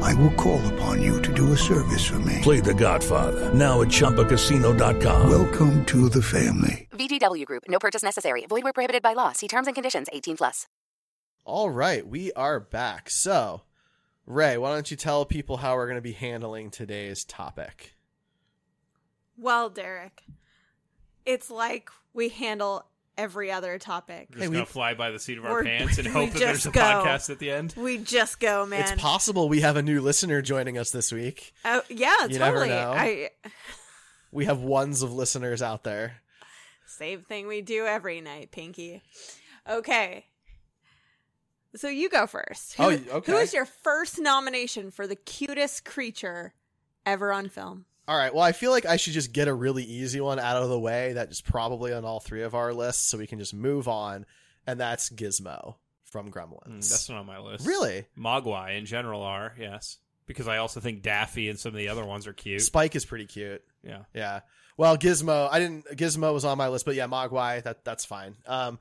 L: I will call upon you to do a service for me.
M: Play the Godfather now at ChumbaCasino.com.
L: Welcome to the family.
N: VGW Group. No purchase necessary. Void where prohibited by law. See terms and conditions. 18 plus.
F: All right, we are back. So, Ray, why don't you tell people how we're going to be handling today's topic?
D: Well, Derek, it's like we handle every other topic.
E: We're just gonna fly by the seat of our
D: We're-
E: pants and
D: [laughs] we
E: hope that
D: just
E: there's a
D: go.
E: podcast at the end.
D: We just go, man.
F: It's possible we have a new listener joining us this week.
D: Oh, yeah, totally.
F: You never know.
D: I
F: We have ones of listeners out there.
D: same thing we do every night, Pinky. Okay. So you go first.
F: Oh, y- okay.
D: Who is your first nomination for the cutest creature ever on film?
F: All right. Well, I feel like I should just get a really easy one out of the way that is probably on all three of our lists so we can just move on. And that's Gizmo from Gremlins.
E: Mm, That's not on my list.
F: Really?
E: Mogwai in general are, yes. Because I also think Daffy and some of the other ones are cute.
F: Spike is pretty cute.
E: Yeah.
F: Yeah. Well, Gizmo, I didn't Gizmo was on my list, but yeah, Mogwai, that that's fine. Um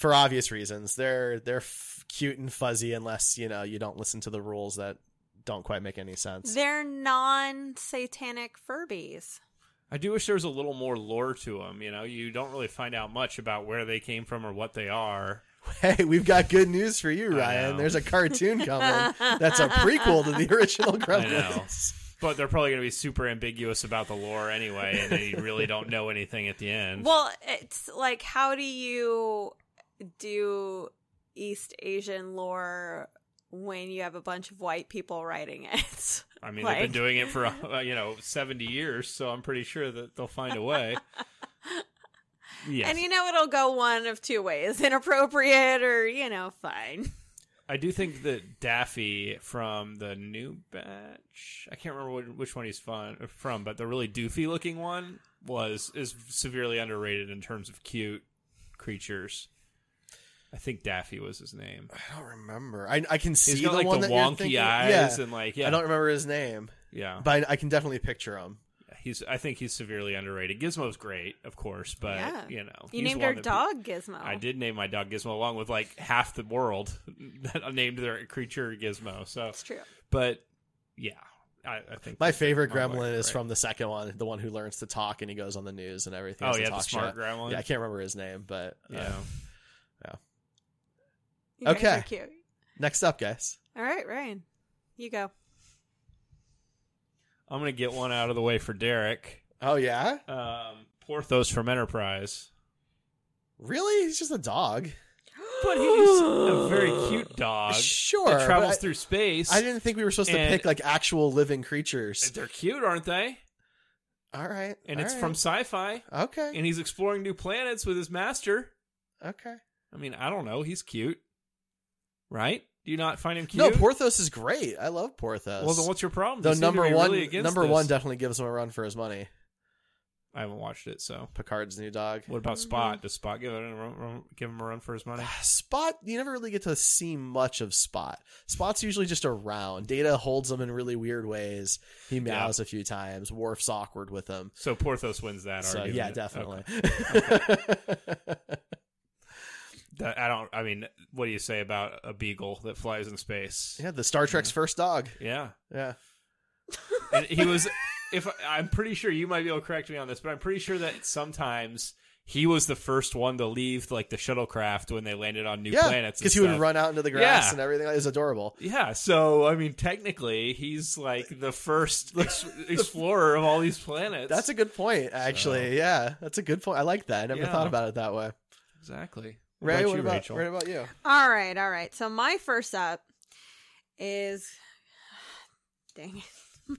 F: for obvious reasons. They're they're f- cute and fuzzy unless, you know, you don't listen to the rules that don't quite make any sense.
D: They're non-satanic Furbies.
E: I do wish there was a little more lore to them. You know, you don't really find out much about where they came from or what they are.
F: Hey, we've got good news for you,
E: know.
F: Ryan. There's
E: [laughs]
F: a cartoon coming that's a prequel to the original
E: I know.
F: Gremlins.
E: But they're probably going to be super ambiguous about the lore anyway, and
D: [laughs]
E: they really don't know anything at the end.
D: Well, it's like how do you do East Asian lore when you have a bunch of white people writing it? [laughs]
E: I mean,
D: Like-
E: they've been doing it for uh, you know seventy years, so I'm pretty sure that they'll find a
D: [laughs]
E: way. Yes.
D: And you know it'll go one of two ways: [laughs] inappropriate or you know fine.
E: I do think that Daffy from the new batch, I can't remember wh- which one he's fun, from, but the really doofy looking one was is severely underrated in terms of cute creatures. I think Daffy was his name.
F: I don't remember. I, I can see
E: he's got
F: the
E: like
F: one
E: the
F: that you're
E: wonky
F: thinking-
E: eyes
F: yeah.
E: and like yeah.
F: I don't remember his name.
E: Yeah.
F: But I, I can definitely picture him.
E: He's I think he's severely underrated. Gizmo's great, of course, but
D: Yeah.
E: you know
D: You
E: he's
D: named
E: the one that-
D: our dog Gizmo.
E: I did name my dog Gizmo along with like half the world [laughs] that named their creature Gizmo. So it's
D: true.
E: But yeah, I, I think
F: My
E: that's
F: favorite
E: the-
F: gremlin is
E: right.
F: from the second one, the one who learns to talk and he goes on the news and everything.
E: Oh,
F: It's a
E: yeah, the
F: talk
E: smart
F: show.
E: gremlin.
F: Yeah, I can't remember his name, but uh,
E: Yeah.
F: yeah.
D: You guys
F: okay.
D: are cute.
F: Next up, guys.
D: All right, Ryan, you go.
E: I'm gonna get one out of the way for Derek.
F: Oh yeah,
E: um, Porthos from Enterprise.
F: Really, he's just a dog.
E: [gasps] But he's a very cute dog.
F: Sure,
E: that travels
F: but I-
E: through space.
F: I didn't think we were supposed to
E: and
F: pick like actual living creatures.
E: They're cute, aren't they?
F: All right,
E: And
F: all
E: it's
F: right.
E: from sci-fi.
F: Okay.
E: And he's exploring new planets with his master.
F: Okay.
E: I mean, I don't know. He's cute, right? Do you not find him cute?
F: No, Porthos is great. I love Porthos.
E: Well, then what's your problem?
F: Though
E: You seem to
F: number
E: be
F: one,
E: really against
F: number
E: this.
F: one definitely gives him a run for his money.
E: I haven't watched it, so
F: Picard's new dog.
E: What about Spot? Does Spot give him a run, run- give him a run for his money?
F: Spot, you never really get to see much of Spot. Spot's usually just around. Data holds him in really weird ways. He meows a few times. Worf's awkward with him.
E: So Porthos wins that
F: So,
E: argument.
F: yeah, definitely.
E: [laughs] That- I don't. I mean, what do you say about a beagle that flies in space?
F: Yeah, the Star Trek's first dog.
E: Yeah,
F: Yeah.
E: and he was. If I'm pretty sure you might be able to correct me on this, but I'm pretty sure that sometimes he was the first one to leave, like the shuttlecraft when they landed on new
F: yeah.
E: planets.
F: Because
E: Because
F: he would run out into the grass
E: Yeah.
F: and everything. It was adorable.
E: Yeah, so I mean, technically, he's like the
F: [laughs]
E: first ex- explorer of all these planets.
F: That's a good point, actually. Yeah, Uh, that's a good point. I like that. I never
E: Yeah.
F: thought about it that way.
E: exactly.
F: Ray, what
E: you,
F: about,
E: Rachel?
F: what about you?
D: All right, all right. So my first up is [sighs] dang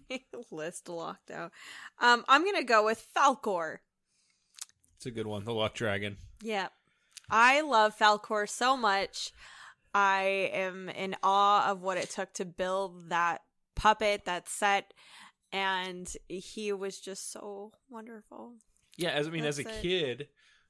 D: it, [laughs] my list locked out. Um, I'm gonna go with Falcor.
E: It's a good one. The Luck Dragon.
D: Yeah. I love Falcor so much. I am in awe of what it took to build that puppet, that set, and he was just so wonderful.
E: Yeah, as I mean, as
D: That's
E: a
D: it.
E: kid,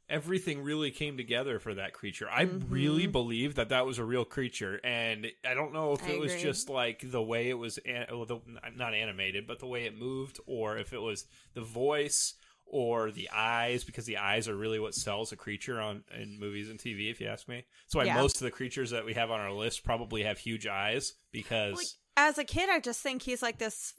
E: everything really came together for that creature. I
D: Mhm.
E: really believe that that was a real creature, and I don't know if
D: I
E: it was
D: agree.
E: just like the way it was, an- oh, the, not animated, but the way it moved, or if it was the voice, or the eyes because the eyes are really what sells a creature on in movies and TV. If you ask me, that's why
D: Yeah.
E: most of the creatures that we have on our list probably have huge eyes because
D: as a kid i just think he's like this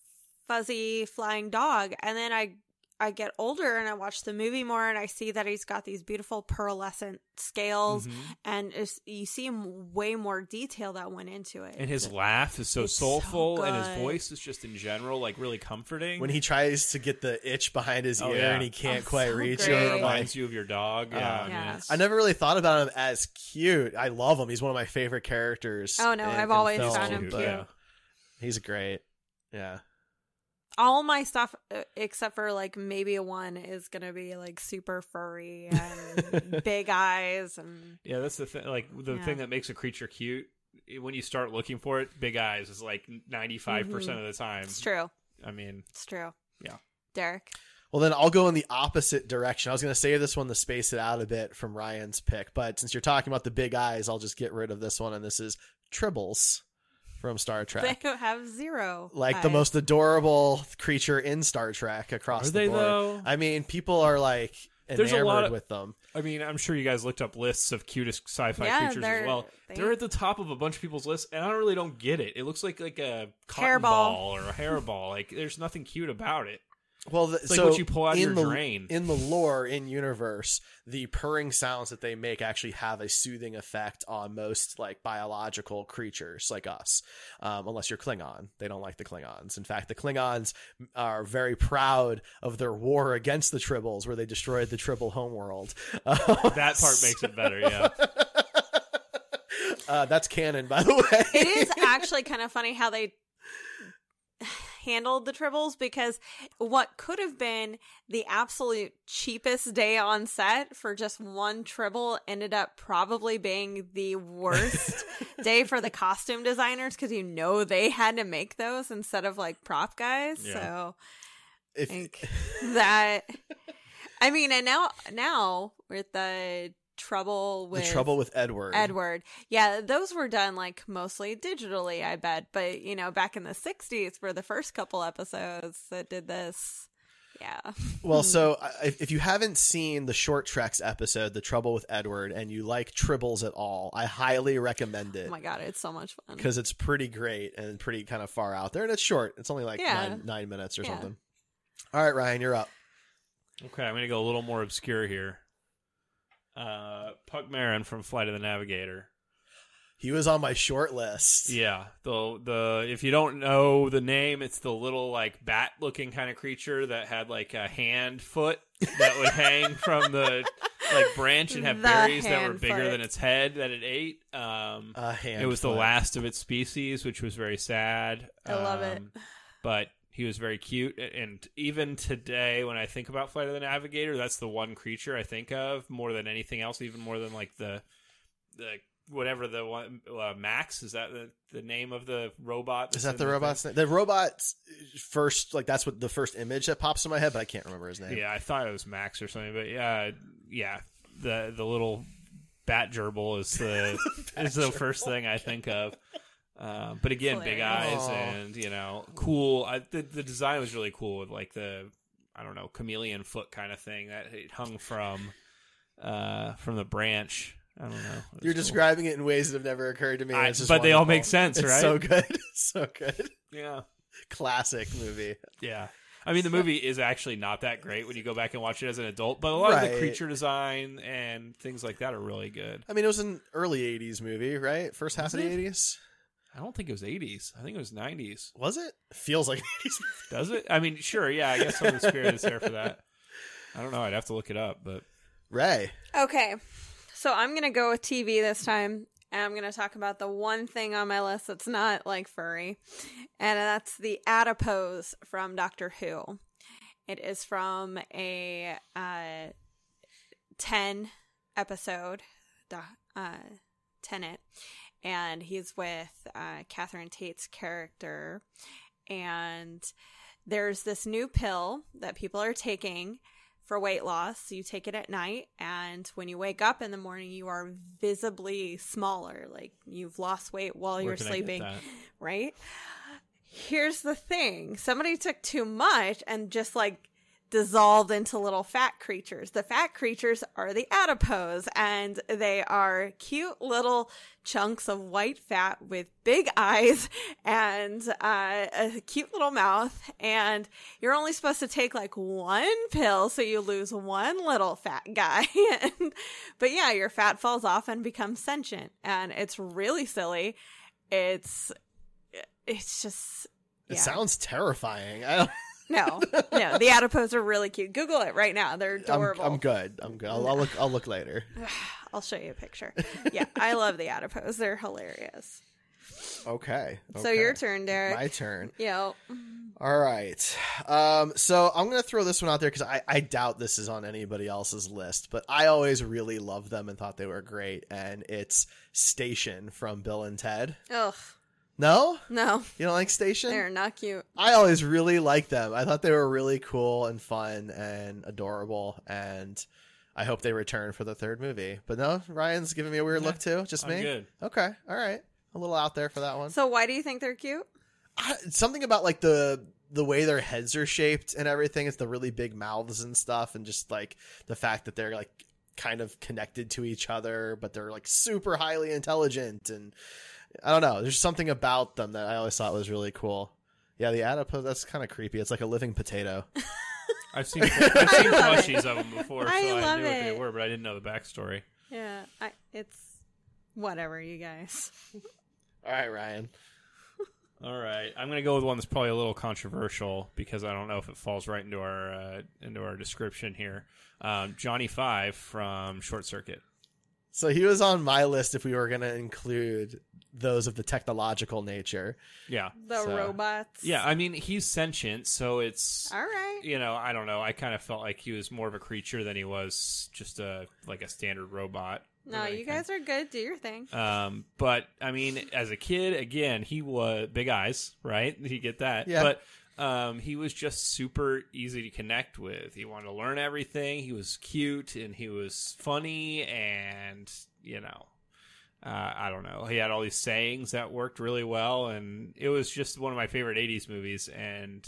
D: fuzzy flying dog and then i i get older and i watch the movie more and i see that he's got these beautiful pearlescent scales
F: Mm-hmm.
E: Mhm.
D: and it's, you see m- way more detail that went into it
E: and his laugh is so
D: It's so
E: soulful and his
D: good.
E: voice is just in general like really comforting
F: When he tries to get the itch behind his
E: Oh,
F: ear
E: yeah.
F: and he can't
E: Oh,
F: quite
E: so
F: reach
E: great.
F: it,
E: It reminds you of your dog. Yeah, I mean, it's-
F: I never really thought about him um, as cute. I love him. He's one of my favorite characters.
D: Oh, no,
F: in-
D: I've
F: in
D: always
F: film,
D: found him
F: but
D: cute.
F: He's great. Yeah.
D: all my stuff uh, except for like maybe one is gonna be like super furry
F: [laughs]
D: and big eyes and
E: yeah that's the thing like the
D: Yeah.
E: thing that makes a creature cute i- when you start looking for it big eyes is like 95% percent
D: Mhm.
E: of the time
D: It's true.
E: i mean
D: it's true
E: yeah
D: derek
F: Well, then I'll go in the opposite direction. I was going to save this one to space it out a bit from Ryan's pick, but since you're talking about the big eyes, I'll just get rid of this one. And this is Tribbles from Star Trek.
D: [laughs] they have zero
F: like the
D: eyes.
F: most adorable creature in Star Trek across
E: Are
F: the
E: they,
F: board.
E: though?
F: I mean, people are like enamored
E: There's a lot of-
F: with them.
E: I mean, I'm sure you guys looked up lists of cutest sci-fi
D: Yeah,
E: creatures as
D: they're-
E: well.
D: they-
E: They... are at the top of a bunch of people's lists, and I really don't get it. It looks like like a cotton
D: Hairball.
E: ball or a hairball. like, there's nothing cute about it.
F: Well, the,
E: It's like
F: so
E: what you pull out of
F: in
E: your
F: the,
E: drain.
F: In the lore, in universe, the purring sounds that they make actually have a soothing effect on most like biological creatures like us, um, unless you're Klingon. They don't like the Klingons. In fact, the Klingons are very proud of their war against the Tribbles, where they destroyed the Tribble homeworld.
E: That part makes it better. Yeah,
F: uh, that's canon, by the way. [laughs]
D: it is actually kind of funny how they [sighs] handled the tribbles because what could have been the absolute cheapest day on set for just one tribble ended up probably being
F: [laughs]
D: the worst day for the costume designers because you know they had to make those instead of like prop guys
F: Yeah.
D: so
F: If-
D: think that i mean and now now with the trouble
F: the
D: with
F: trouble with Edward.
D: Edward. Yeah, those were done like mostly digitally, I bet. But, you know, back in the 60s for the first couple episodes that did this.
F: [laughs]
D: Yeah. oh
F: Well, so I- if if you haven't seen the Short Treks episode, The Trouble with Edward, and you like Tribbles at all, I highly recommend
D: Oh
F: it
D: my God, it's so much fun.
F: because it's pretty great and pretty kind of far out there, and it's short. It's only like
D: Yeah.
F: nine, nine minutes or
D: Yeah.
F: something. All right, Ryan, you're up.
E: Okay, I'm going to go a little more obscure here. Uh, Puck Marin from Flight of the Navigator.
F: He was on my short list.
E: Yeah, the the if you don't know the name, it's the little like bat looking kind of creature that had like a hand foot that
F: [laughs]
E: would hang from the like branch and have
F: The
E: berries that were
F: hand
E: bigger
F: foot.
E: than its head that it ate. Um,
F: A uh, hand
E: it was the
F: foot.
E: last of its species, which was very sad.
D: I love it.
E: Um, But he was very cute, a- and even today, when I think about Flight of the Navigator, that's the one creature I think of more than anything else. Even more than like the the whatever the one uh, Max is that the, the name of the robot?
F: Is
E: that's
F: that
E: in
F: the robot's name? The robot's first, like that's what the first image that pops in my head, but I can't remember his name.
E: Yeah, I thought it was Max or something, but yeah, yeah, the the little bat gerbil is
F: [laughs]
E: the is the first thing I think of. Um, but again, big
F: Hilarious.
E: eyes
F: Aw.
E: and you know, cool. I, the the design was really cool with like the I don't know chameleon foot kind of thing that it hung from uh from the branch. I don't know. It was cool.
F: You're describing it in ways that have never occurred to me.
E: I-
F: It's just
E: but they all
F: wonderful.
E: make sense,
F: It's
E: right?
F: So good, [laughs] so good.
E: Yeah,
F: classic movie.
E: Yeah. I mean, the movie is actually not that great when you go back and watch it as an adult, but a lot of
F: Right.
E: the creature design and things like that are really good.
F: I mean, it was an early '80s movie, right? First half
E: Was
F: of the
E: it?
F: '80s.
E: I don't think it was 80s. I think it was 90s.
F: Was it? Feels like [laughs] '80s.
E: Does it? I mean, sure, yeah, I guess some of the spirit is there for that. I don't know. I'd have to look it up, but.
F: Ray.
D: Okay. So I'm going to go with TV this time. And I'm going to talk about the one thing on my list that's not like furry. And that's the adipose from Doctor Who. It is from a uh, 10 episode doc- uh, Tenet. And he's with uh, Catherine Tate's character. And there's this new pill that people are taking for weight loss. You take it at night, and when you wake up in the morning, you are visibly smaller. Like you've lost weight while
O: Where
D: you're
O: can I get
D: sleeping,
O: that?
D: right? Here's the thing somebody took too much and just like dissolved into little fat creatures. The fat creatures are the adipose, and they are cute little chunks of white fat with big [laughs] eyes and uh, a cute little mouth. And you're only supposed to take like one pill, so you lose one little fat guy. [laughs] and, but yeah, your fat falls off and becomes sentient, and it's really silly. It's it's just
F: It sounds terrifying. I don't,
D: no, no. The adipose are really cute. Google it right now. They're
F: I'm,
D: adorable. i
F: I'm good. I'm good. I'll, I'll look. I'll look
D: [laughs]
F: later.
D: will show you a picture. Yeah, I love the adipose. They're hilarious.
F: Okay.
D: So
F: okay.
D: your turn, Derek.
F: My turn.
D: Yeah.
F: All right. Um, so I'm going to throw this one out there because I, I doubt this is on anybody else's list, but I always really loved them and thought they were great. And it's Station from Bill and Ted.
D: Ugh.
F: No?
D: No.
F: You don't like Station?
D: They're not cute.
F: I always really liked them. I thought they were really cool and fun and adorable. And I hope they return for the third movie. But no, Ryan's giving me a weird look too. Just
D: I'm
F: me?
D: good.
F: Okay. All right. A little out there for that one.
D: So why do you think they're cute?
F: I- something about like the the way their heads are shaped and everything it's the really big mouths and stuff and just like the fact that they're like kind of connected to each other but they're like super highly intelligent and i don't know there's something about them that i always thought was really cool yeah the adipose that's kind of creepy it's like a living potato
E: I've
F: [laughs]
E: seen I've seen plushies of them before,
D: I
E: so I
D: love
E: knew what they
D: it.
E: were, but I didn't know the backstory.
D: Yeah, I, it's whatever, you guys. [laughs]
F: All right, Ryan.
E: All right, I'm going to go with one that's probably a little controversial because I don't know if it falls right into our uh, into our description here. Um, Johnny Five from Short Circuit.
F: so he was on my list if we were going to include those of the technological nature
E: Yeah,
D: The robots.
E: Yeah, I mean he's sentient, so it's
D: All right.
E: You know, I don't know. I kind of felt like he was more of a creature than he was just a like a standard robot.
D: No, you guys are good. Do your thing.
E: Um, but I mean, as a kid, again, he was big eyes, right? You get that.
F: Yeah.
E: But um, he was just super easy to connect with. He wanted to learn everything. He was cute and he was funny, and you know, uh, I don't know. He had all these sayings that worked really well, and it was just one of my favorite '80s movies. And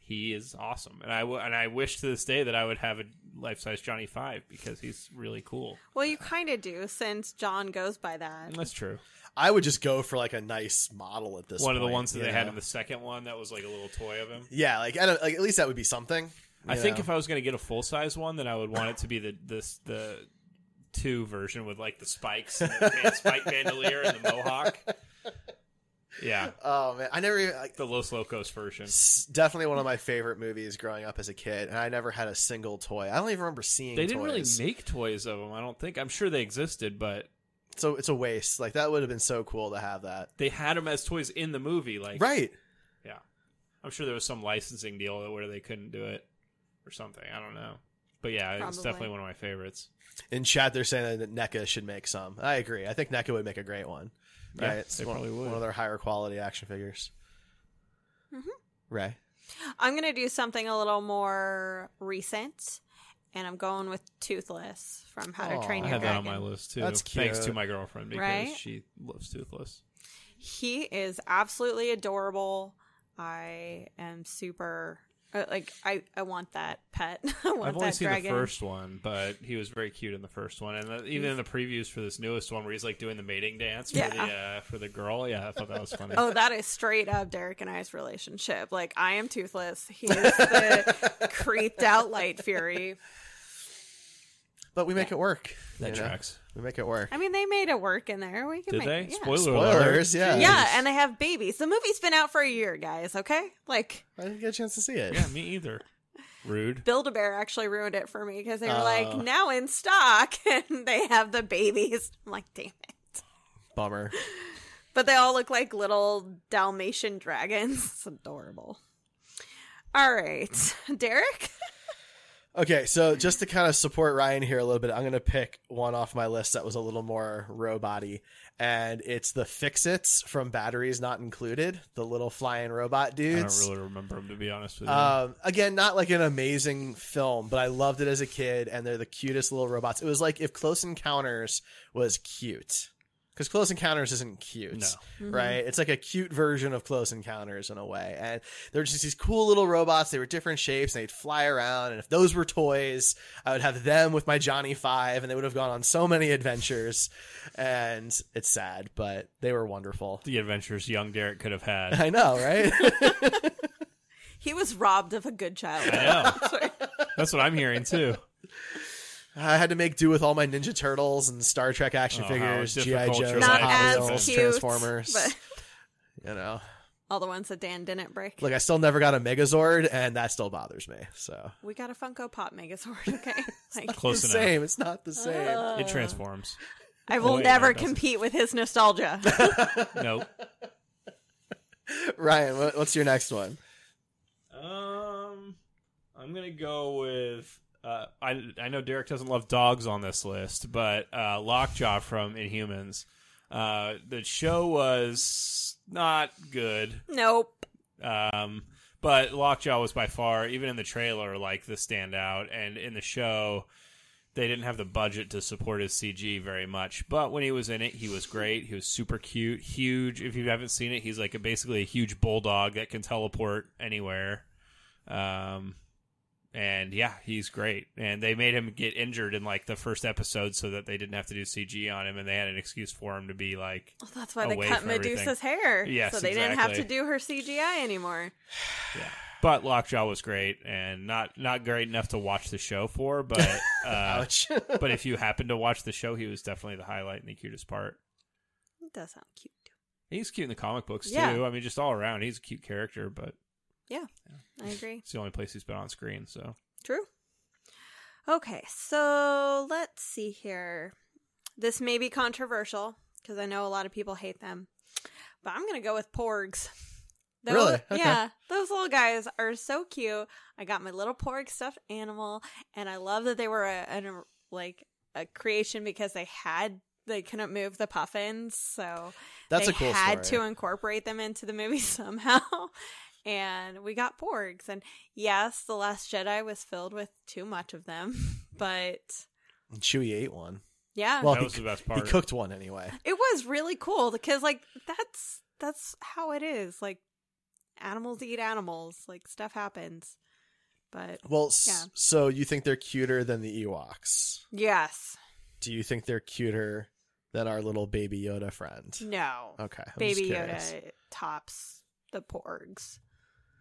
E: he is awesome, and I w- and I wish to this day that I would have a life size Johnny Five because he's really cool.
D: Well, you kind of do since John goes by that.
E: That's true.
F: i would just go for like a nice model at this
E: one of the
F: point,
E: ones that
F: you
E: they had
F: know?
E: in the second one that was like a little toy of him.
F: yeah like, I don't, like at least that would be something
E: I
F: you
E: think
F: know?
E: if I was going to get a full size one, then I would want it to be the this the two version with like the spikes, and
F: [laughs]
E: the band, spike bandolier, and the mohawk. Yeah.
F: Oh man, I never even
E: the Los Locos version.
F: It's definitely one of my favorite movies growing up as a kid, and I never had a single toy. I don't even remember seeing.
E: They didn't really
F: toys.
E: make toys of them. I don't think. I'm sure they existed, but
F: So it's a waste. Like that would have been so cool to have that.
E: they had them as toys in the movie. Like
F: Right.
E: Yeah. I'm sure there was some licensing deal where they couldn't do it or something. I don't know. But yeah, it's
F: Probably.
E: definitely one of my favorites.
F: In chat, they're saying that NECA should make some. I agree. I think NECA would make a great one.
E: Yeah,
F: Right? It's
E: they
F: one,
E: probably would.
F: One of their higher quality action figures.
D: Mhm.
F: Ray.
D: I'm going to do something a little more recent, and I'm going with Toothless from How to Train
E: I
D: Your
E: had that
D: Dragon.
E: on my list too.
F: That's
E: Thanks to
F: cute.
E: my girlfriend because
D: Right?
E: she loves Toothless.
D: He is absolutely adorable. I am super. uh, Like I, I want that pet. [laughs] I want
E: I've
D: that
E: only seen
D: dragon.
E: the first one, but he was very cute in the first one, and uh, even in the previews for this newest one, where he's like doing the mating dance for the
D: Yeah.
E: uh, for the girl. Yeah, I thought that was funny.
D: [laughs] Oh, that is straight up Derek and I's relationship. Like I am toothless. He
E: [laughs]
D: is the creeped out light fury.
F: But we make it work.
E: That
F: you know?
E: tracks.
F: We make it work.
D: I mean, they made it work in there. We can
E: Did
D: make
E: they?
D: Yeah.
E: Spoiler
F: Spoilers,
E: alert.
F: yeah.
D: Yeah, and they have babies. The movie's been out for a year, guys. Okay, like
F: I didn't get a chance to see it.
E: Yeah, me either. Rude.
D: Build a Bear actually ruined it for me because they were
F: Oh.
D: like now in stock, [laughs] and they have the babies. I'm like, damn it!
F: Bummer.
D: But they all look like little Dalmatian dragons. [laughs] It's adorable. All right, [laughs] Derek.
F: Okay, so just to kind of support Ryan here a little bit, I'm going to pick one off my list that was a little more robot-y, and it's the Fix-Its from Batteries Not Included, the little flying robot
E: I
F: dudes.
E: don't really remember him to be honest with you.
F: Um, again, not like an amazing film, but I loved it as a kid, and they're the cutest little robots. It was like if Close Encounters was cute. because Close Encounters isn't cute,
E: No. Mhm.
F: right? It's like a cute version of Close Encounters in a way. And there were just these cool little robots. They were different shapes and they'd fly around. And if those were toys, I would have them with my Johnny Five and they would have gone on so many adventures. And it's sad, but they were wonderful.
E: The adventures young Derek could have had.
F: [laughs] I know, right?
D: He was robbed of a good child.
E: I know. That's what I'm hearing too.
F: I had to make do with all my Ninja Turtles and Star Trek action
E: Oh, how
F: figures, G.I.
E: difficult
F: Joes,
E: your Not life
F: Hot
E: as
F: Wheels,
D: cute,
F: Transformers.
D: but-
F: [laughs] You know,
D: All the ones that Dan didn't break.
F: look, I still never got a Megazord, and that still bothers me. So
D: We got a Funko Pop Megazord,
F: [laughs]
D: okay? Like,
F: Close the enough. same. It's not the same.
D: Uh,
E: it transforms.
D: I will
E: Oh, wait, no,
D: never
E: it doesn't.
D: compete with
E: [laughs]
D: his nostalgia.
E: Nope.
F: Ryan, what- what's your next one?
E: Um, I'm gonna go with. Uh, I I know Derek doesn't love dogs on this list, but uh, Lockjaw from Inhumans. Uh, the show was not good.
D: Nope.
E: Um, but Lockjaw was by far, even in the trailer, like the standout, and in the show, they didn't have the budget to support his CG very much. But when he was in it, he was great. He was super cute, huge. If you haven't seen it, he's like a, basically a huge bulldog that can teleport anywhere. Um, and yeah, he's great. And they made him get injured in like the first episode so that they didn't have to do CG on him, and they had an excuse for him to be like.
D: Well, that's why they
E: away
D: cut
E: from everything.
D: Medusa's hair.
E: Yes,
D: so they didn't have to
E: exactly.
D: do her CGI anymore.
E: But Lockjaw was great, and not not great enough to watch the show for. But uh,
F: Ouch.
E: but if you happen to watch the show, he was definitely the highlight and the cutest part.
D: It does sound cute.
E: He's cute in the comic books
D: Yeah.
E: too. I mean, just all around, he's a cute character. But
D: Yeah, I agree.
E: it's the only place he's been on screen. So
D: True. Okay, so let's see here. This may be controversial because I know a lot of people hate them, but I'm going to go with Porgs. Those-
F: Really? Okay.
D: Yeah, those little guys are so cute. I got my little Porg stuffed animal, and I love that they were a, an, like a creation because they had they couldn't move the puffins, so
F: That's
D: they
F: a cool
D: had
F: story.
D: to incorporate them into the movie [laughs] somehow. and we got Porgs, and yes, the Last Jedi was filled with too much of them, [laughs] but
F: And Chewie ate one.
D: Yeah.
F: well,
E: That
F: he-
E: was the best part.
F: He cooked one anyway.
D: it was really cool because like that's that's how it is. Like animals eat animals, like stuff happens. But
F: Well, s-
D: yeah.
F: so you think they're cuter than the Ewoks?
D: yes,
F: Do you think they're cuter than our little baby Yoda friend?
D: no,
F: Okay. I'm just
D: Baby
F: curious.
D: Yoda tops the Porgs.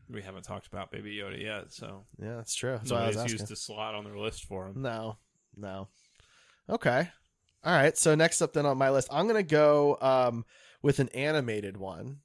E: we haven't talked about Baby Yoda yet. So
F: Yeah, that's true. That's why I was
E: nobody's
F: asking.
E: used a slot on their list for him.
F: No, no. Okay. All right. So next up then on my list, I'm gonna go um, with an animated one,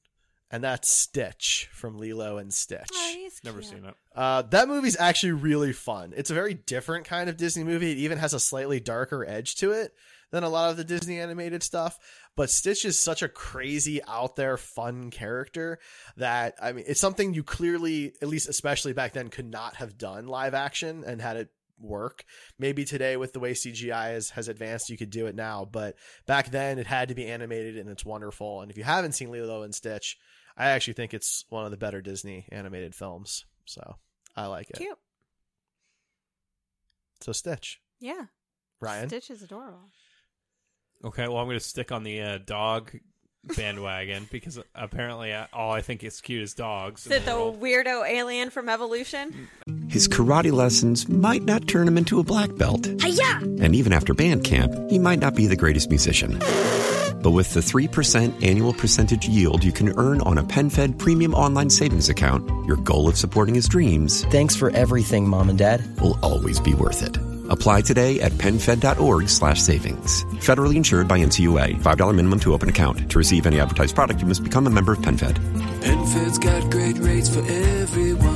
F: and that's Stitch from Lilo and Stitch.
D: Oh,
E: Never seen it.
F: Uh, that movie's actually really fun. It's a very different kind of Disney movie. It even has a slightly darker edge to it than a lot of the Disney animated stuff. But Stitch is such a crazy, out there, fun character that, I mean, it's something you clearly, at least especially back then, could not have done live action and had it work. Maybe today with the way CGI is, has advanced, you could do it now. But back then, it had to be animated and it's wonderful. And if you haven't seen Lilo and Stitch, I actually think it's one of the better Disney animated films. So I like it.
D: Cute,
F: So Stitch,
D: yeah.
F: Ryan.
D: Stitch is adorable.
E: Okay, well, I'm going to stick on the uh, dog bandwagon because apparently uh, all I think is cute is dogs. in
D: Is it
E: the
D: the
E: world.
D: weirdo alien from Evolution?
O: His karate lessons might not turn him into a black belt. And even after band camp, he might not be the greatest musician. But with the 3% annual percentage yield you can earn on a PenFed premium online savings account, your goal of supporting his dreams. Thanks for everything, Mom and Dad. Will always be worth it. Apply today at PenFed.org slash savings. Federally insured by NCUA. $5 minimum to open account. To receive any advertised product, you must become a member of PenFed.
P: Penfed's got great rates for everyone.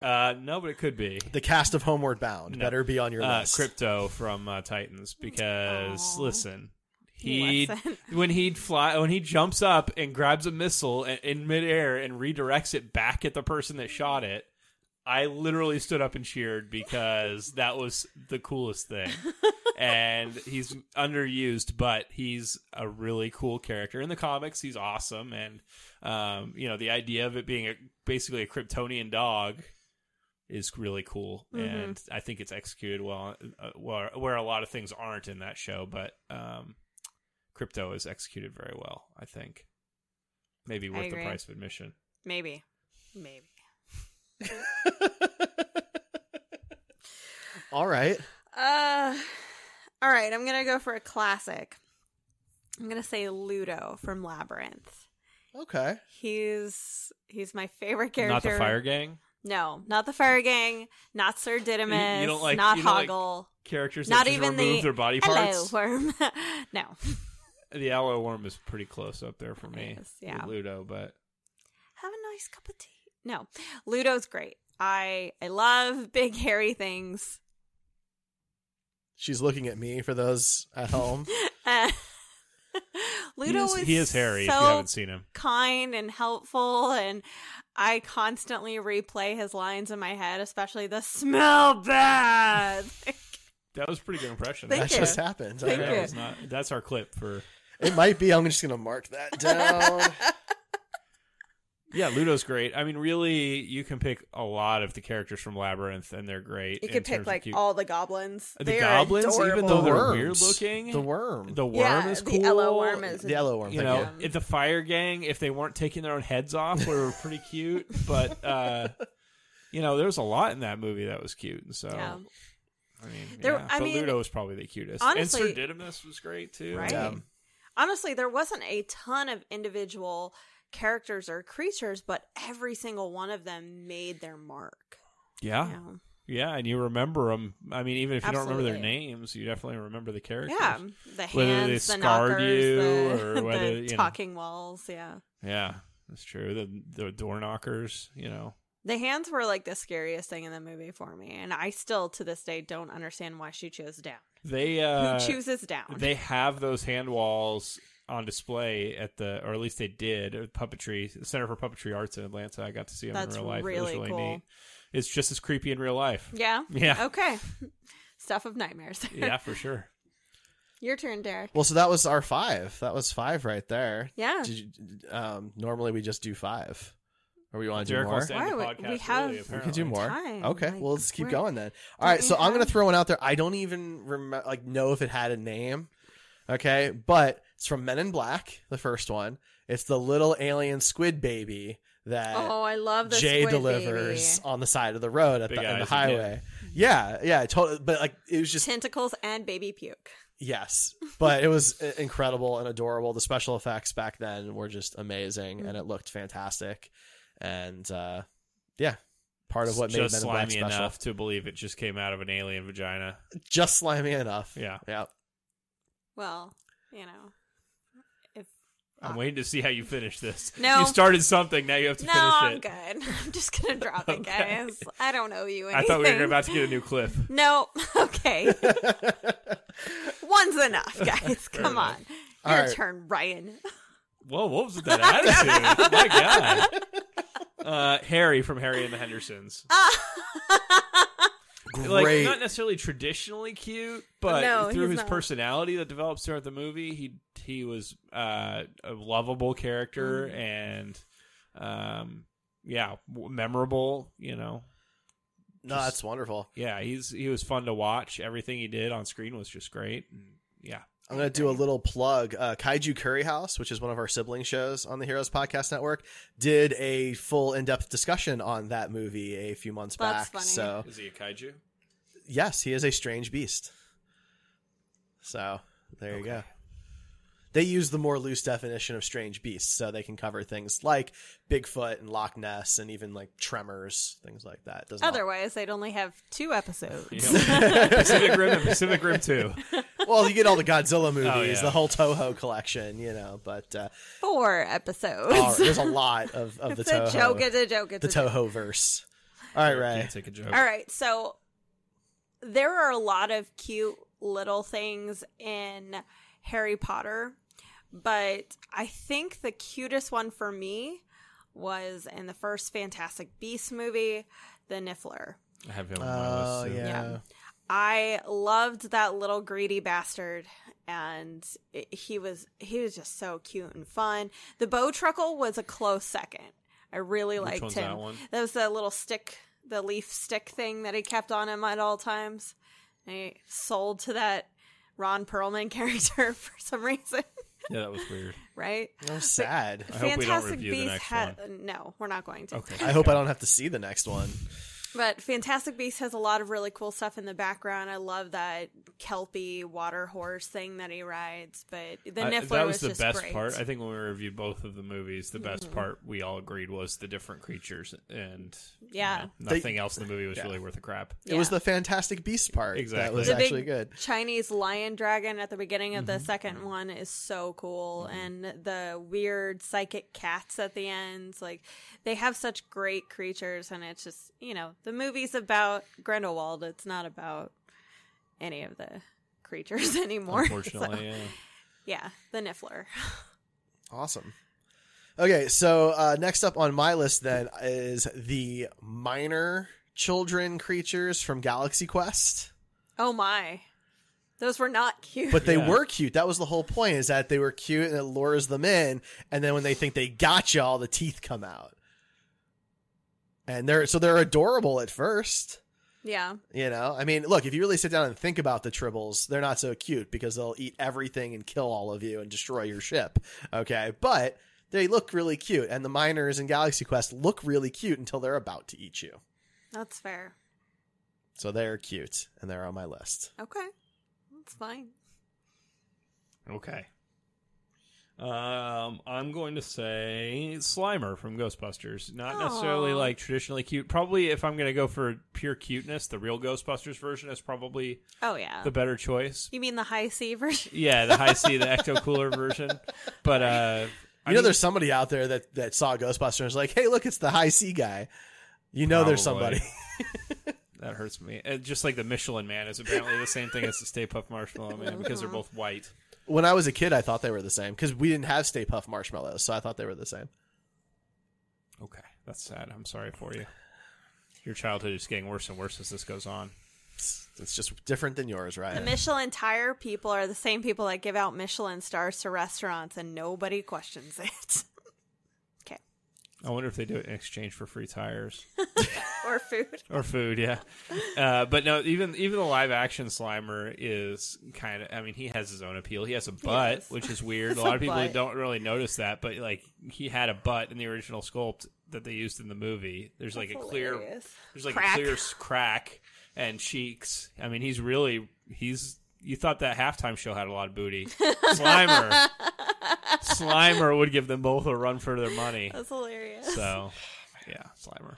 E: Uh, no, but it could be.
F: The cast of Homeward Bound
E: No.
F: better be on your
E: Uh,
F: list.
E: Crypto from uh, Titans because listen, he
F: Listen.
E: [laughs] when he'd fly when he jumps up and grabs a missile in, in midair and redirects it back at the person that shot it. I literally stood up and cheered because that was the coolest thing. and he's underused, but he's a really cool character in the comics. He's awesome, and um, you know the idea of it being a, basically a Kryptonian dog is really cool,
Q: Mhm.
D: Mm-hmm.
E: and I think it's executed well, uh, where, where a lot of things aren't in that show. But um, crypto is executed very well. I think maybe
D: I
E: worth the
D: agree.
E: price of admission.
D: Maybe. Maybe.
F: [laughs] All right.
D: Uh, all right. I'm gonna go for a classic. I'm gonna say Ludo from Labyrinth.
F: Okay.
D: He's he's my favorite character.
E: Not the fire gang.
D: No, not the fire gang. Not Sir Didymus.
E: You- you don't like-
D: not
E: you don't like
D: Hoggle.
E: characters that
D: Not
E: just
D: even
E: remove
D: the
E: their body
D: hello,
E: parts?
D: worm. [laughs] no.
E: The aloe worm is pretty close up there for me.
D: is, yeah.
E: with Ludo, but
D: have a nice cup of tea. No, Ludo's great. I I love big hairy things.
F: She's looking at me for those at home.
D: [laughs] Uh, Ludo
E: He is-
D: was
E: he is hairy, if you
D: So
E: haven't seen him.
D: kind and helpful, and I constantly replay his lines in my head, especially the smell bad. [laughs]
E: that was a pretty good impression.
D: Thank That you. just happened.
E: [laughs]
D: Thank
E: that
D: you.
E: was not. That's our clip for.
F: it might be. I'm just going to mark that down.
E: Yeah, Ludo's great. I mean, really, you can pick a lot of the characters from Labyrinth, and they're great.
D: you
E: in
D: could
E: terms
D: pick
E: of
D: like
E: cute-
D: all the goblins.
E: The
D: They are
E: goblins, even though
D: adorable.
E: they're weird looking.
F: The worm.
E: The worm
D: Yeah,
E: is
D: the
E: cool.
D: yellow worm is- um,
F: The yellow worm,
E: You
F: thank
E: know, if the fire gang, if they weren't taking their own heads off, were pretty cute.
D: [laughs]
E: But uh you know, there's a lot in that movie that was cute, and so.
D: Yeah.
E: I mean,
D: There-
E: yeah.
D: I
E: but
D: mean,
E: Ludo was probably the cutest, and
D: honestly-
E: Sir Didymus was great too.
D: Right.
E: Um,
D: Honestly, there wasn't a ton of individual characters or creatures, but every single one of them made their mark.
E: yeah. yeah, and you remember them. I mean, even if you don't remember their
D: Absolutely.
E: names, you definitely remember the characters.
D: Yeah, the hands,
E: whether they
D: the
E: scarred
D: knockers,
E: you
D: [laughs] the,
E: or whether
D: the
E: you know-
D: talking walls. Yeah,
E: Yeah, that's true. The the door knockers, you know.
D: the hands were like the scariest thing in the movie for me, and I still to this day don't understand why she chose down. [laughs]
E: They uh
D: chooses down?
E: They have those hand walls on display at the or at least they did at puppetry the Center for Puppetry Arts in Atlanta. I got to see them
D: That's
E: in real life. it was
D: really
E: really
D: cool.
E: neat. It's just as creepy in real life.
D: Yeah.
E: Yeah.
D: Okay. [laughs] Stuff of nightmares. [laughs]
E: Yeah, for
F: [laughs]
E: sure.
D: Your turn, Derek.
F: Well, so that was our five. That was five right there.
D: Yeah.
F: Did you, um, normally we just do five. Or we want to do
E: Derek
F: more.
E: wants to end
D: Why
E: the
D: would-
E: podcast
D: we have-
E: early,
F: We could do
E: apparently.
F: more.
D: time.
F: Okay,
D: Like,
F: well let's keep
D: we're- Mm-hmm.
F: going then. All
D: Don't
F: right,
D: we
F: so I'm gonna
D: have-
F: throw one out there. I don't even remember, like know if it had a name. Okay, but it's from Men in Black, the first one. It's the little alien squid baby that
D: Oh, I love the
F: Jay
D: squid
F: delivers
D: baby.
F: on the side of the road at
E: Big
F: the, on the
E: eyes again.
F: highway. Yeah, yeah, totally. But like it was just
D: tentacles and baby puke.
F: Yes, but it was i- incredible and adorable. The special effects back then were just amazing, and it looked fantastic. And uh, yeah, part of what
E: It's
F: made
E: just
F: Men in Black
E: slimy
F: special.
E: enough to believe it just came out of an alien vagina.
F: Just slimy enough.
E: Yeah.
F: Yeah.
D: Well, you know, if
E: I'm waiting to see how you finish this.
D: No.
E: You started something, now you have to
D: no,
E: finish
D: I'm
E: it.
D: good. [laughs] I'm just gonna drop it,
E: Okay.
D: guys. I don't owe you
E: I
D: anything.
E: thought we were
D: [laughs]
E: about to get a new clip.
D: No, [laughs]
F: [laughs]
D: okay. One's enough, guys.
E: Fair
D: Come
E: enough.
D: on.
E: All
D: Your
E: right.
D: turn, Ryan.
E: [laughs] Whoa, what was with that attitude? My God. [laughs] Uh, Harry from Harry and the
D: [laughs]
E: Hendersons.
D: Ah.
E: Like,
F: Great.
E: not necessarily traditionally cute, but
D: No,
E: through
D: he's
E: his
D: not.
E: personality that develops throughout the movie, he he was uh, a lovable character
D: Mm.
E: and, um, yeah, w- memorable. You know,
F: No,
E: Just-
F: that's wonderful.
E: yeah, he's he was fun to watch. Everything he did on screen was just great. And, yeah,
F: I'm going to do a little plug. Uh, Kaiju Curry House, which is one of our sibling shows on the Heroes Podcast Network, did a full in depth discussion on that movie a few months
E: That's
F: back.
E: funny.
F: So,
E: is he a kaiju?
F: yes, he is a strange beast. So there you go. They use the more loose definition of strange beasts, so they can cover things like Bigfoot and Loch Ness, and even like tremors, things like that. Doesn't all-
D: Otherwise, they'd only have two episodes.
E: [laughs] Pacific Rim and Pacific Rim Two.
F: [laughs]
E: Oh,
F: well, you get all the Godzilla movies,
E: yeah.
F: the whole Toho collection, you know. But uh,
D: Four episodes.
F: all right, there's a lot
D: [laughs]
F: of, of the
D: It's a
F: Toho.
D: joke, it's a joke, it's
F: the
D: a joke.
F: Toho verse. All right, right.
E: Take a joke.
D: All right, so there are a lot of cute little things in Harry Potter, but I think the cutest one for me was in the first Fantastic Beasts movie, The Niffler.
E: I have him on my
F: Oh
E: list. too.
F: yeah.
D: I loved that little greedy bastard, and it- he was he was just so cute and fun. The bow truckle was a close second. I really
E: Which
D: liked
E: one's
D: him.
E: that one?
D: was the little stick, the leaf stick thing that he kept on him at all [laughs] times. And he sold to that Ron Perlman character for some reason. [laughs]
E: Yeah, that was
F: [laughs]
E: weird.
D: right?
F: That was sad.
D: But
F: I hope we don't
D: Fantastic
F: review the
D: Beasts
F: next
D: ha- No, we're not going to.
F: I hope I don't have to see the next one.
D: But Fantastic Beasts has a lot of really cool stuff in the background. I love that kelpie water horse thing that he rides. But the
E: I-
D: Niffler
E: that was,
D: just
E: the best
D: great.
E: part. I think when we reviewed both of the movies, the best
D: Mhm.
E: part we all agreed was the different creatures, and you
D: Yeah.
E: know,
F: They-
E: nothing else in the movie was
F: Yeah.
E: really worth a crap.
F: It was the Fantastic Beast part. That
E: Exactly.
F: was
E: The big-
F: actually good.
D: Chinese lion dragon at the beginning of the
E: Mm-hmm.
D: second one is so cool, and the weird psychic cats at the end. Like they have such great creatures, and it's just you know the movie's about Grindelwald. It's not about any of the creatures [laughs] anymore. [laughs] So,
E: Unfortunately, yeah.
D: yeah, the Niffler.
F: Awesome. Okay, so uh, next up on my list then is the minor children creatures from Galaxy Quest.
D: Oh my, those were not cute.
F: But they were cute. That was the whole point is that they were cute and it lures them in. And then when they think they got you, all the teeth come out. And they're so they're adorable at first.
D: Yeah.
F: You know, I mean, look, if you really sit down and think about the tribbles, they're not so cute because they'll eat everything and kill all of you and destroy your ship. Okay. But they look really cute. And the miners in Galaxy Quest look really cute until they're about to eat you.
D: That's fair.
F: So they're cute and they're on my list.
D: Okay, that's fine.
E: Okay. Um, I'm going to say Slimer from Ghostbusters. Not necessarily
F: Aw.
E: like traditionally cute. Probably if I'm going to go for pure cuteness, the real Ghostbusters version is probably
D: Oh yeah,
E: the better choice.
D: You mean the high
F: [laughs]
D: C version?
E: Yeah, the high C, the ecto cooler version. But uh,
F: You know, there's somebody out there that that saw Ghostbusters and was like, "Hey, look, it's the high C guy." You know, there's
E: Probably.
F: somebody.
E: [laughs] that hurts me. Uh, just like the Michelin Man is apparently the same thing as the Stay Puft Marshmallow Man because they're both white.
F: When I was a kid, I thought they were the same because we didn't have Stay Puff marshmallows, so I thought they were the same.
E: Okay, that's sad. I'm sorry for you. Your childhood is getting worse and worse as this goes on.
F: It's just different than yours, right?
D: The Michelin tire people are the same people that give out Michelin stars to restaurants, and nobody questions it. [laughs]
E: I wonder if they do it in exchange for free tires
D: or food.
E: or food.
D: [laughs]
E: Yeah, uh, but no, even even the live action Slimer is kind of. I mean, he has his own appeal. He has a butt,
F: Yes.
E: which is
D: [laughs]
E: weird.
F: It's
E: a
F: a
E: lot of people
F: butt.
E: don't really notice that, but like he had a butt in the original sculpt that they used in the movie. There's [laughs] like
D: That's
E: a clear,
D: hilarious.
E: there's like
D: Crack.
E: a clear s- crack and cheeks. I mean, he's really he's. You thought that halftime show had a lot of
D: [laughs]
E: booty. Slimer, Slimer would give them both a run for their money.
D: That's hilarious.
E: So, yeah, Slimer.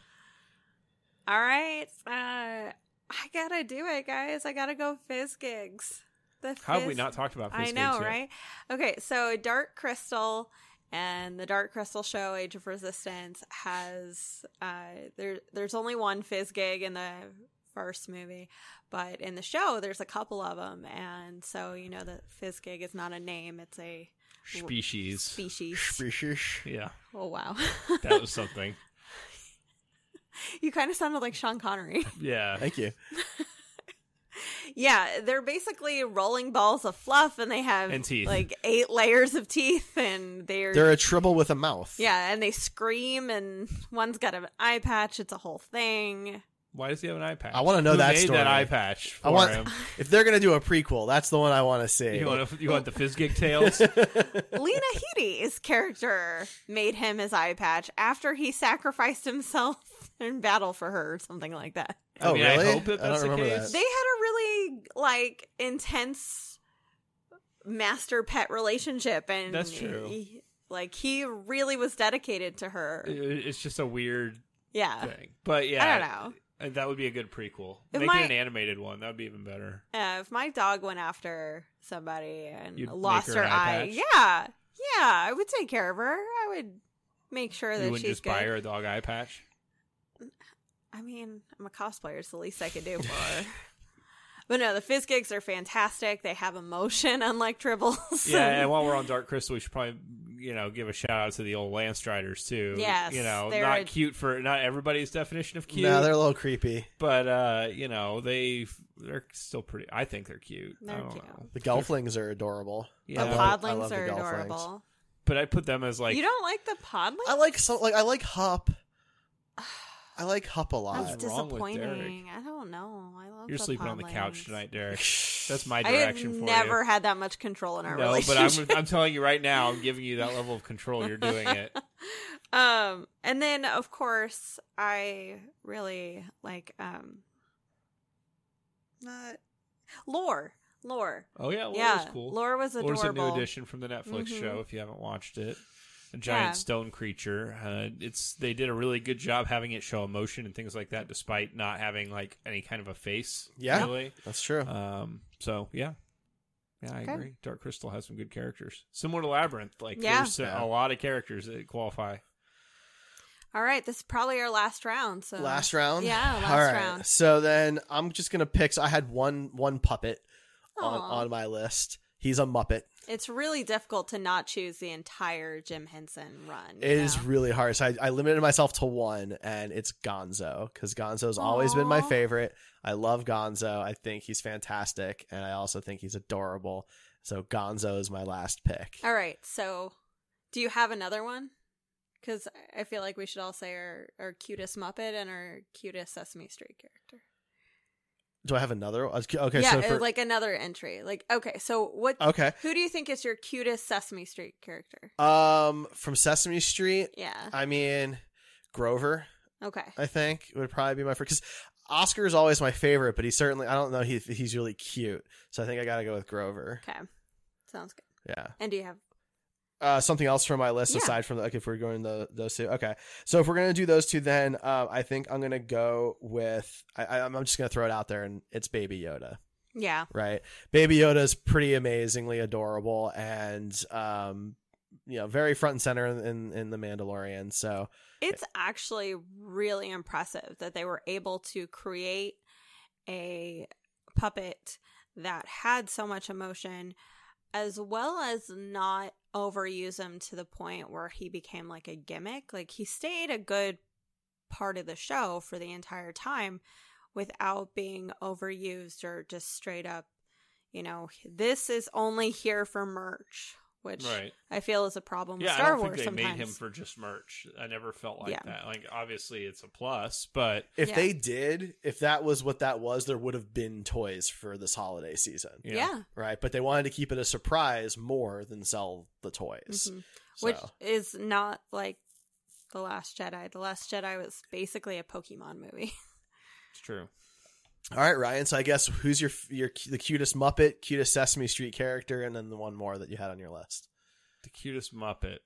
D: All right, uh, I gotta do it, guys. I gotta go fizz gigs. The
E: How have we
D: fizz-
E: not talked about
D: I
E: fizz
D: know,
E: gigs yet?
D: right? Okay, so Dark Crystal and the Dark Crystal show, Age of Resistance, has uh, there. There's only one fizz gig in the first movie, but in the show, there's a couple of them, and so you know that fizz gig is not a name; it's a
E: Species.
D: Species.
F: Species.
E: Yeah.
D: Oh wow,
E: That was something.
D: [laughs] you kind of sounded like Sean Connery.
E: Yeah.
F: Thank you.
D: Yeah, they're basically rolling balls of fluff, and they have
F: And teeth.
D: like eight layers of teeth, and they're
F: They're a tribble with a mouth.
D: yeah, and they scream, and one's got an eye patch. It's a whole thing.
E: Why does he have an eye patch?
F: I want to know
E: Who
F: that
E: made
F: story.
E: that eye patch for
F: I want
E: him.
F: [laughs] if they're gonna do a prequel, that's the one I want to see.
E: You want, you
F: [laughs]
E: want the fizz gig tails?
D: Lena Headey's character made him his eye patch after he sacrificed himself [laughs] in battle for her, or something like that.
E: I mean, I
F: Oh, really?
E: hope that
F: I don't
E: that's the
F: remember
E: case.
F: that.
D: They had a really like intense master pet relationship, and
E: That's true.
D: he- like he really was dedicated to her.
E: It- It's just a weird
D: Yeah.
E: thing. But yeah.
D: Uh, I don't know.
E: uh, That would be a good prequel.
D: If
E: Make
D: my-
E: it an animated one. That would be even better.
D: Uh, if my dog went after somebody and
E: You'd
D: lost
E: make
D: her,
E: her an eye
D: eye, yeah, yeah, I would take care of her. I would make sure
E: You
D: that
E: wouldn't
D: she's
E: just
D: good.
E: buy her a dog eye patch?
D: I mean, I'm a cosplayer. It's the least I could do for her. [laughs] But no, the fizz gigs are fantastic. They have emotion, [laughs] unlike tribbles.
E: [laughs] Yeah,
D: [laughs]
E: and while we're on Dark Crystal, we should probably you know give a shout out to the old Lance Striders too.
D: Yes,
E: you know,
D: they're
E: not
D: a-
E: cute for not everybody's definition of cute.
F: No, they're a little creepy.
E: but uh, you know they they're still pretty. I think they're cute. I
D: They're
E: don't
D: cute.
E: know.
F: Oh, The Gelflings are adorable.
E: Yeah.
F: I
E: The
F: love- I
D: podlings
F: love the
D: are
F: Gelflings.
D: adorable.
E: But I put them as like
D: you don't like the podling?
F: I like so like I like Hop. I like Hup a lot.
D: That's disappointing. I don't know. I love
E: You're sleeping on the
D: Hopalong.
E: couch tonight, Derek. [laughs] That's my
D: I have
E: direction for
D: never
E: you.
D: had that much control in our
E: no, but
D: relationship.
E: I'm, I'm telling you right now, I'm giving you that level of control. You're doing
D: [laughs]
E: it.
D: um and then of course i really like um not lore lore
E: Oh yeah, Laura's cool.
D: lore was adorable
E: Laura's a new addition from the Netflix
D: Mhm.
E: show. If you haven't watched it, a giant
D: Yeah.
E: stone creature. Uh, it's they did a really good job having it show emotion and things like that, despite not having like any kind of a face.
F: Yeah,
E: really.
F: that's true.
E: Um, so yeah, yeah, I
F: Okay.
E: agree. Dark Crystal has some good characters, similar to Labyrinth. Like
D: Yeah.
E: there's uh,
F: Yeah.
E: a lot of characters that qualify.
D: all right this is probably our last round so
F: last round.
D: yeah last
F: All right.
D: round
F: So then I'm just gonna pick. So I had one one puppet on,
D: Aw.
F: on my list. He's a Muppet.
D: it's really difficult to not choose the entire jim henson run
F: It is really hard. So I, I limited myself to one, and it's Gonzo because Gonzo's always been my
D: Aw.
F: favorite. I love Gonzo. I think he's fantastic, and I also think he's adorable. So Gonzo is my last pick.
D: all right so do you have another one because i feel like we should all say our, our cutest muppet and our cutest sesame street character
F: Do I have another? one? Okay,
D: yeah,
F: so
D: it-
F: for, Oh.
D: like another entry. Like, okay, so what?
F: Okay.
D: who do you think is your cutest Sesame Street character?
F: um from Sesame Street.
D: Yeah.
F: I mean Grover.
D: Okay,
F: I think would probably be my first. Because Oscar is always my favorite, but he certainly I don't know he, he's really cute, so I think I got to go with Grover.
D: okay, sounds good.
F: Yeah.
D: And do you have?
F: Uh, something else from my list
D: Yeah.
F: aside from the, like if we're going the those two. Okay, so if we're gonna do those two, then uh, I think I'm gonna go with I, I, I'm just gonna throw it out there, and it's Baby Yoda.
D: Yeah,
F: Right. Baby Yoda is pretty amazingly adorable and um you know, very front and center in in, in the Mandalorian. So
D: it's actually really impressive that they were able to create a puppet that had so much emotion, as well as not overuse him to the point where he became like a gimmick. Like he stayed a good part of the show for the entire time without being overused or just straight up, you know, this is only here for merch, which
E: Right.
D: I feel is a problem with
E: Yeah,
D: Star
E: I don't
D: Wars
E: think they
D: sometimes.
E: made him for just merch. I never felt like
D: Yeah.
E: that. Like obviously, it's a plus, but
F: if they did, if that was what that was, there would have been toys for this holiday season.
E: Yeah. Yeah.
F: Right. But they wanted to keep it a surprise more than sell the toys.
D: Mhm.
F: So-
D: Which is not like The Last Jedi. The Last Jedi was basically a Pokemon movie. [laughs]
E: it's true.
F: All right, Ryan. So I guess who's your your the cutest Muppet, cutest Sesame Street character, and then the one more that you had on your list?
E: The cutest Muppet.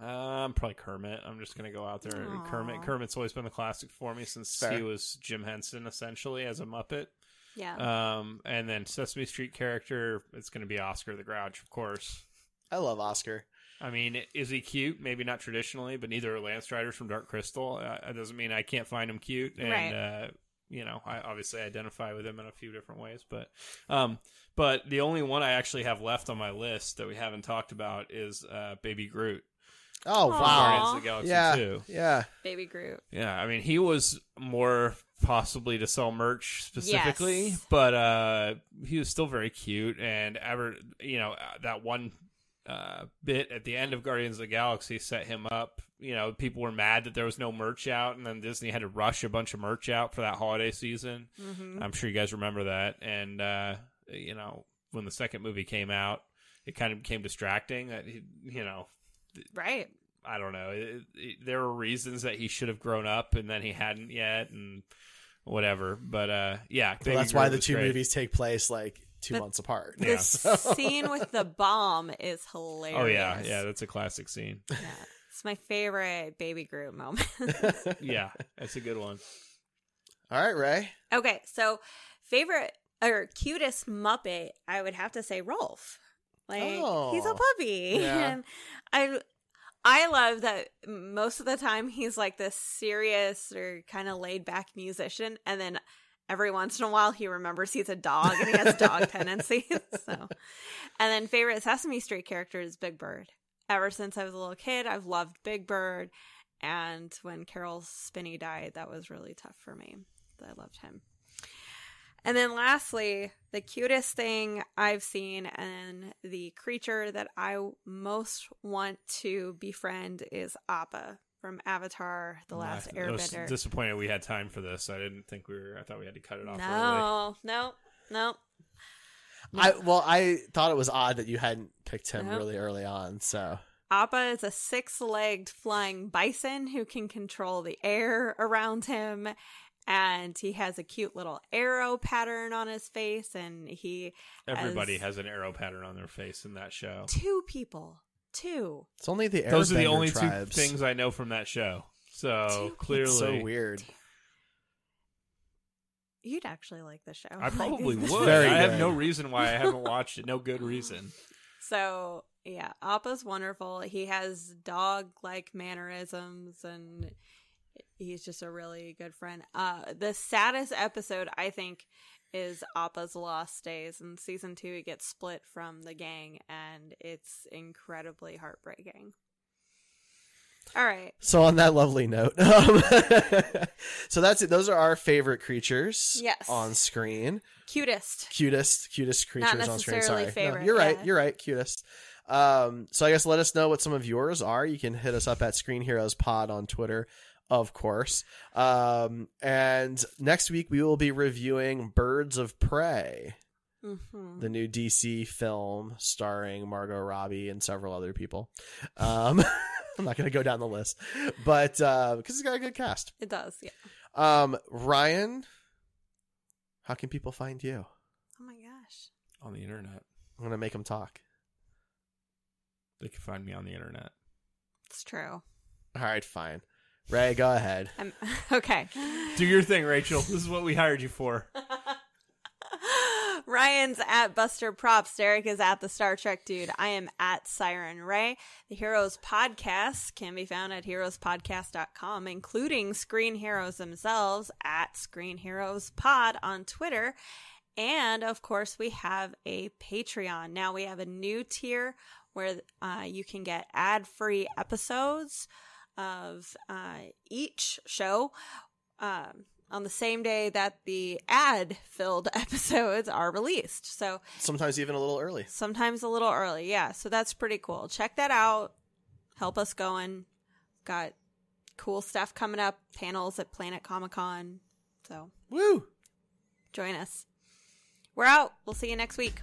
E: Um, probably Kermit. I'm just gonna go out there. and
D: Aw.
E: Kermit. Kermit's always been a classic for me since he
F: Fair.
E: was Jim Henson essentially as a Muppet.
F: Oh,
D: Yeah.
E: Um, and then Sesame Street character. It's gonna be Oscar the Grouch, of course.
F: I love Oscar.
E: I mean, is he cute? Maybe not traditionally, but neither are Lance Riders from Dark Crystal. Uh, that doesn't mean I can't find him cute. And,
D: Right.
E: uh, you know, I obviously identify with him in a few different ways, but, um, but the only one I actually have left on my list that we haven't talked about is uh, Baby Groot.
F: Oh
E: from Guardians
F: wow!
E: of the Galaxy
F: yeah,
E: 2.
F: yeah.
D: Baby Groot.
E: Yeah, I mean, he was more possibly to sell merch specifically,
D: Yes.
E: but uh, he was still very cute. And ever, you know, uh, that one uh, bit at the end of Guardians of the Galaxy set him up. You know, people were mad that there was no merch out, and then Disney had to rush a bunch of merch out for that holiday season.
D: Mhm.
E: I'm sure you guys remember that. And uh, you know, when the second movie came out, it kind of became distracting. That he, you know,
D: Right.
E: I don't know. It, it- there were reasons that he should have grown up and then he hadn't yet and whatever. But uh, yeah,
F: Well,
E: Baby
F: that's why
E: Groot
F: the
E: was
F: two
E: great.
F: movies take place like two
D: The-
F: months apart.
D: The
F: [laughs]
D: scene with the bomb is hilarious.
E: Oh yeah, yeah, that's a classic
F: [laughs]
E: scene.
D: It's my favorite Baby Groot moment.
E: yeah, that's a good one.
F: All right, Ray.
D: okay, so favorite or cutest Muppet, I would have to say Rolf. Like he's a
F: Oh.
D: puppy. [laughs]
F: Yeah.
D: And I I love that most of the time he's like this serious or kind of laid back musician and then every once in a while he remembers he's a dog and he has
E: [laughs]
D: dog tendencies. So and then favorite Sesame Street character is Big Bird. Ever since I was a little kid, I've loved Big Bird and when Carol Spinney died, that was really tough for me. I loved him. And then lastly, the cutest thing I've seen and the creature that I most want to befriend is Appa from Avatar: The Last
E: I was
D: Airbender.
E: disappointed we had time for this. I didn't think we were. I thought we had to cut it off. early.
D: no, no, no.
F: I well, I thought it was odd that you hadn't picked him
D: Nope.
F: really early on. So
D: Appa is a six legged flying bison who can control the air around him. And he has a cute little arrow pattern on his face. And he.
E: Everybody has an arrow pattern on their face in that show.
D: Two people. Two.
F: it's only the
E: Those are the
F: Airbender
E: only
F: tribes. [laughs]
E: two things I know from that show. So clearly,
F: It's so weird.
D: You'd actually like the show. [laughs]
E: I probably
F: It's
E: would.
F: very
E: I have
F: good.
E: no reason why I haven't watched it. No good reason.
D: So, yeah, Appa's wonderful. He has dog like mannerisms and he's just a really good friend. Uh, the saddest episode, I think, is Appa's Lost Days. In season two, he gets split from the gang and it's incredibly heartbreaking. All right.
F: So on that lovely note, um, so that's it. Those are our favorite creatures.
D: Yes.
F: On screen,
D: Cutest.
F: cutest, cutest creatures on screen.
D: necessarily
F: Sorry, No,
D: favorite,
F: you're right.
D: yeah.
F: You're right. Cutest. Um, so I guess let us know what some of yours are. You can hit us up at Screen Heroes Pod on Twitter, of course. Um, and next week we will be reviewing Birds of Prey.
D: Mm-hmm.
F: the new DC film starring Margot Robbie and several other people. Um, [laughs] I'm not going to go down the list, but because it's got a good cast.
D: It does, yeah.
F: Um, Ryan, how can people find you?
D: Oh my gosh.
E: On the internet.
F: I'm going to make them talk.
E: They can find me on the internet.
D: It's true.
F: All right, fine. Ray, go ahead.
D: I'm, [laughs] okay.
E: Do your thing, Rachel. This is what we hired you for.
D: Ryan's at Buster Props. Derek is at the Star Trek Dude. I am at Siren Ray. The Heroes Podcast can be found at heroespodcast.com, including Screen Heroes themselves at Screen Heroes Pod on Twitter. And of course, we have a Patreon. Now we have a new tier where uh, you can get ad free episodes of uh, each show um, on the same day that the ad filled [laughs] episodes are released. So
F: Sometimes even a little early.
D: sometimes a little early. Yeah. So that's pretty cool. Check that out. Help us going. Got cool stuff coming up, panels at Planet Comic Con. So
F: woo.
D: Join us. We're out. We'll see you next week.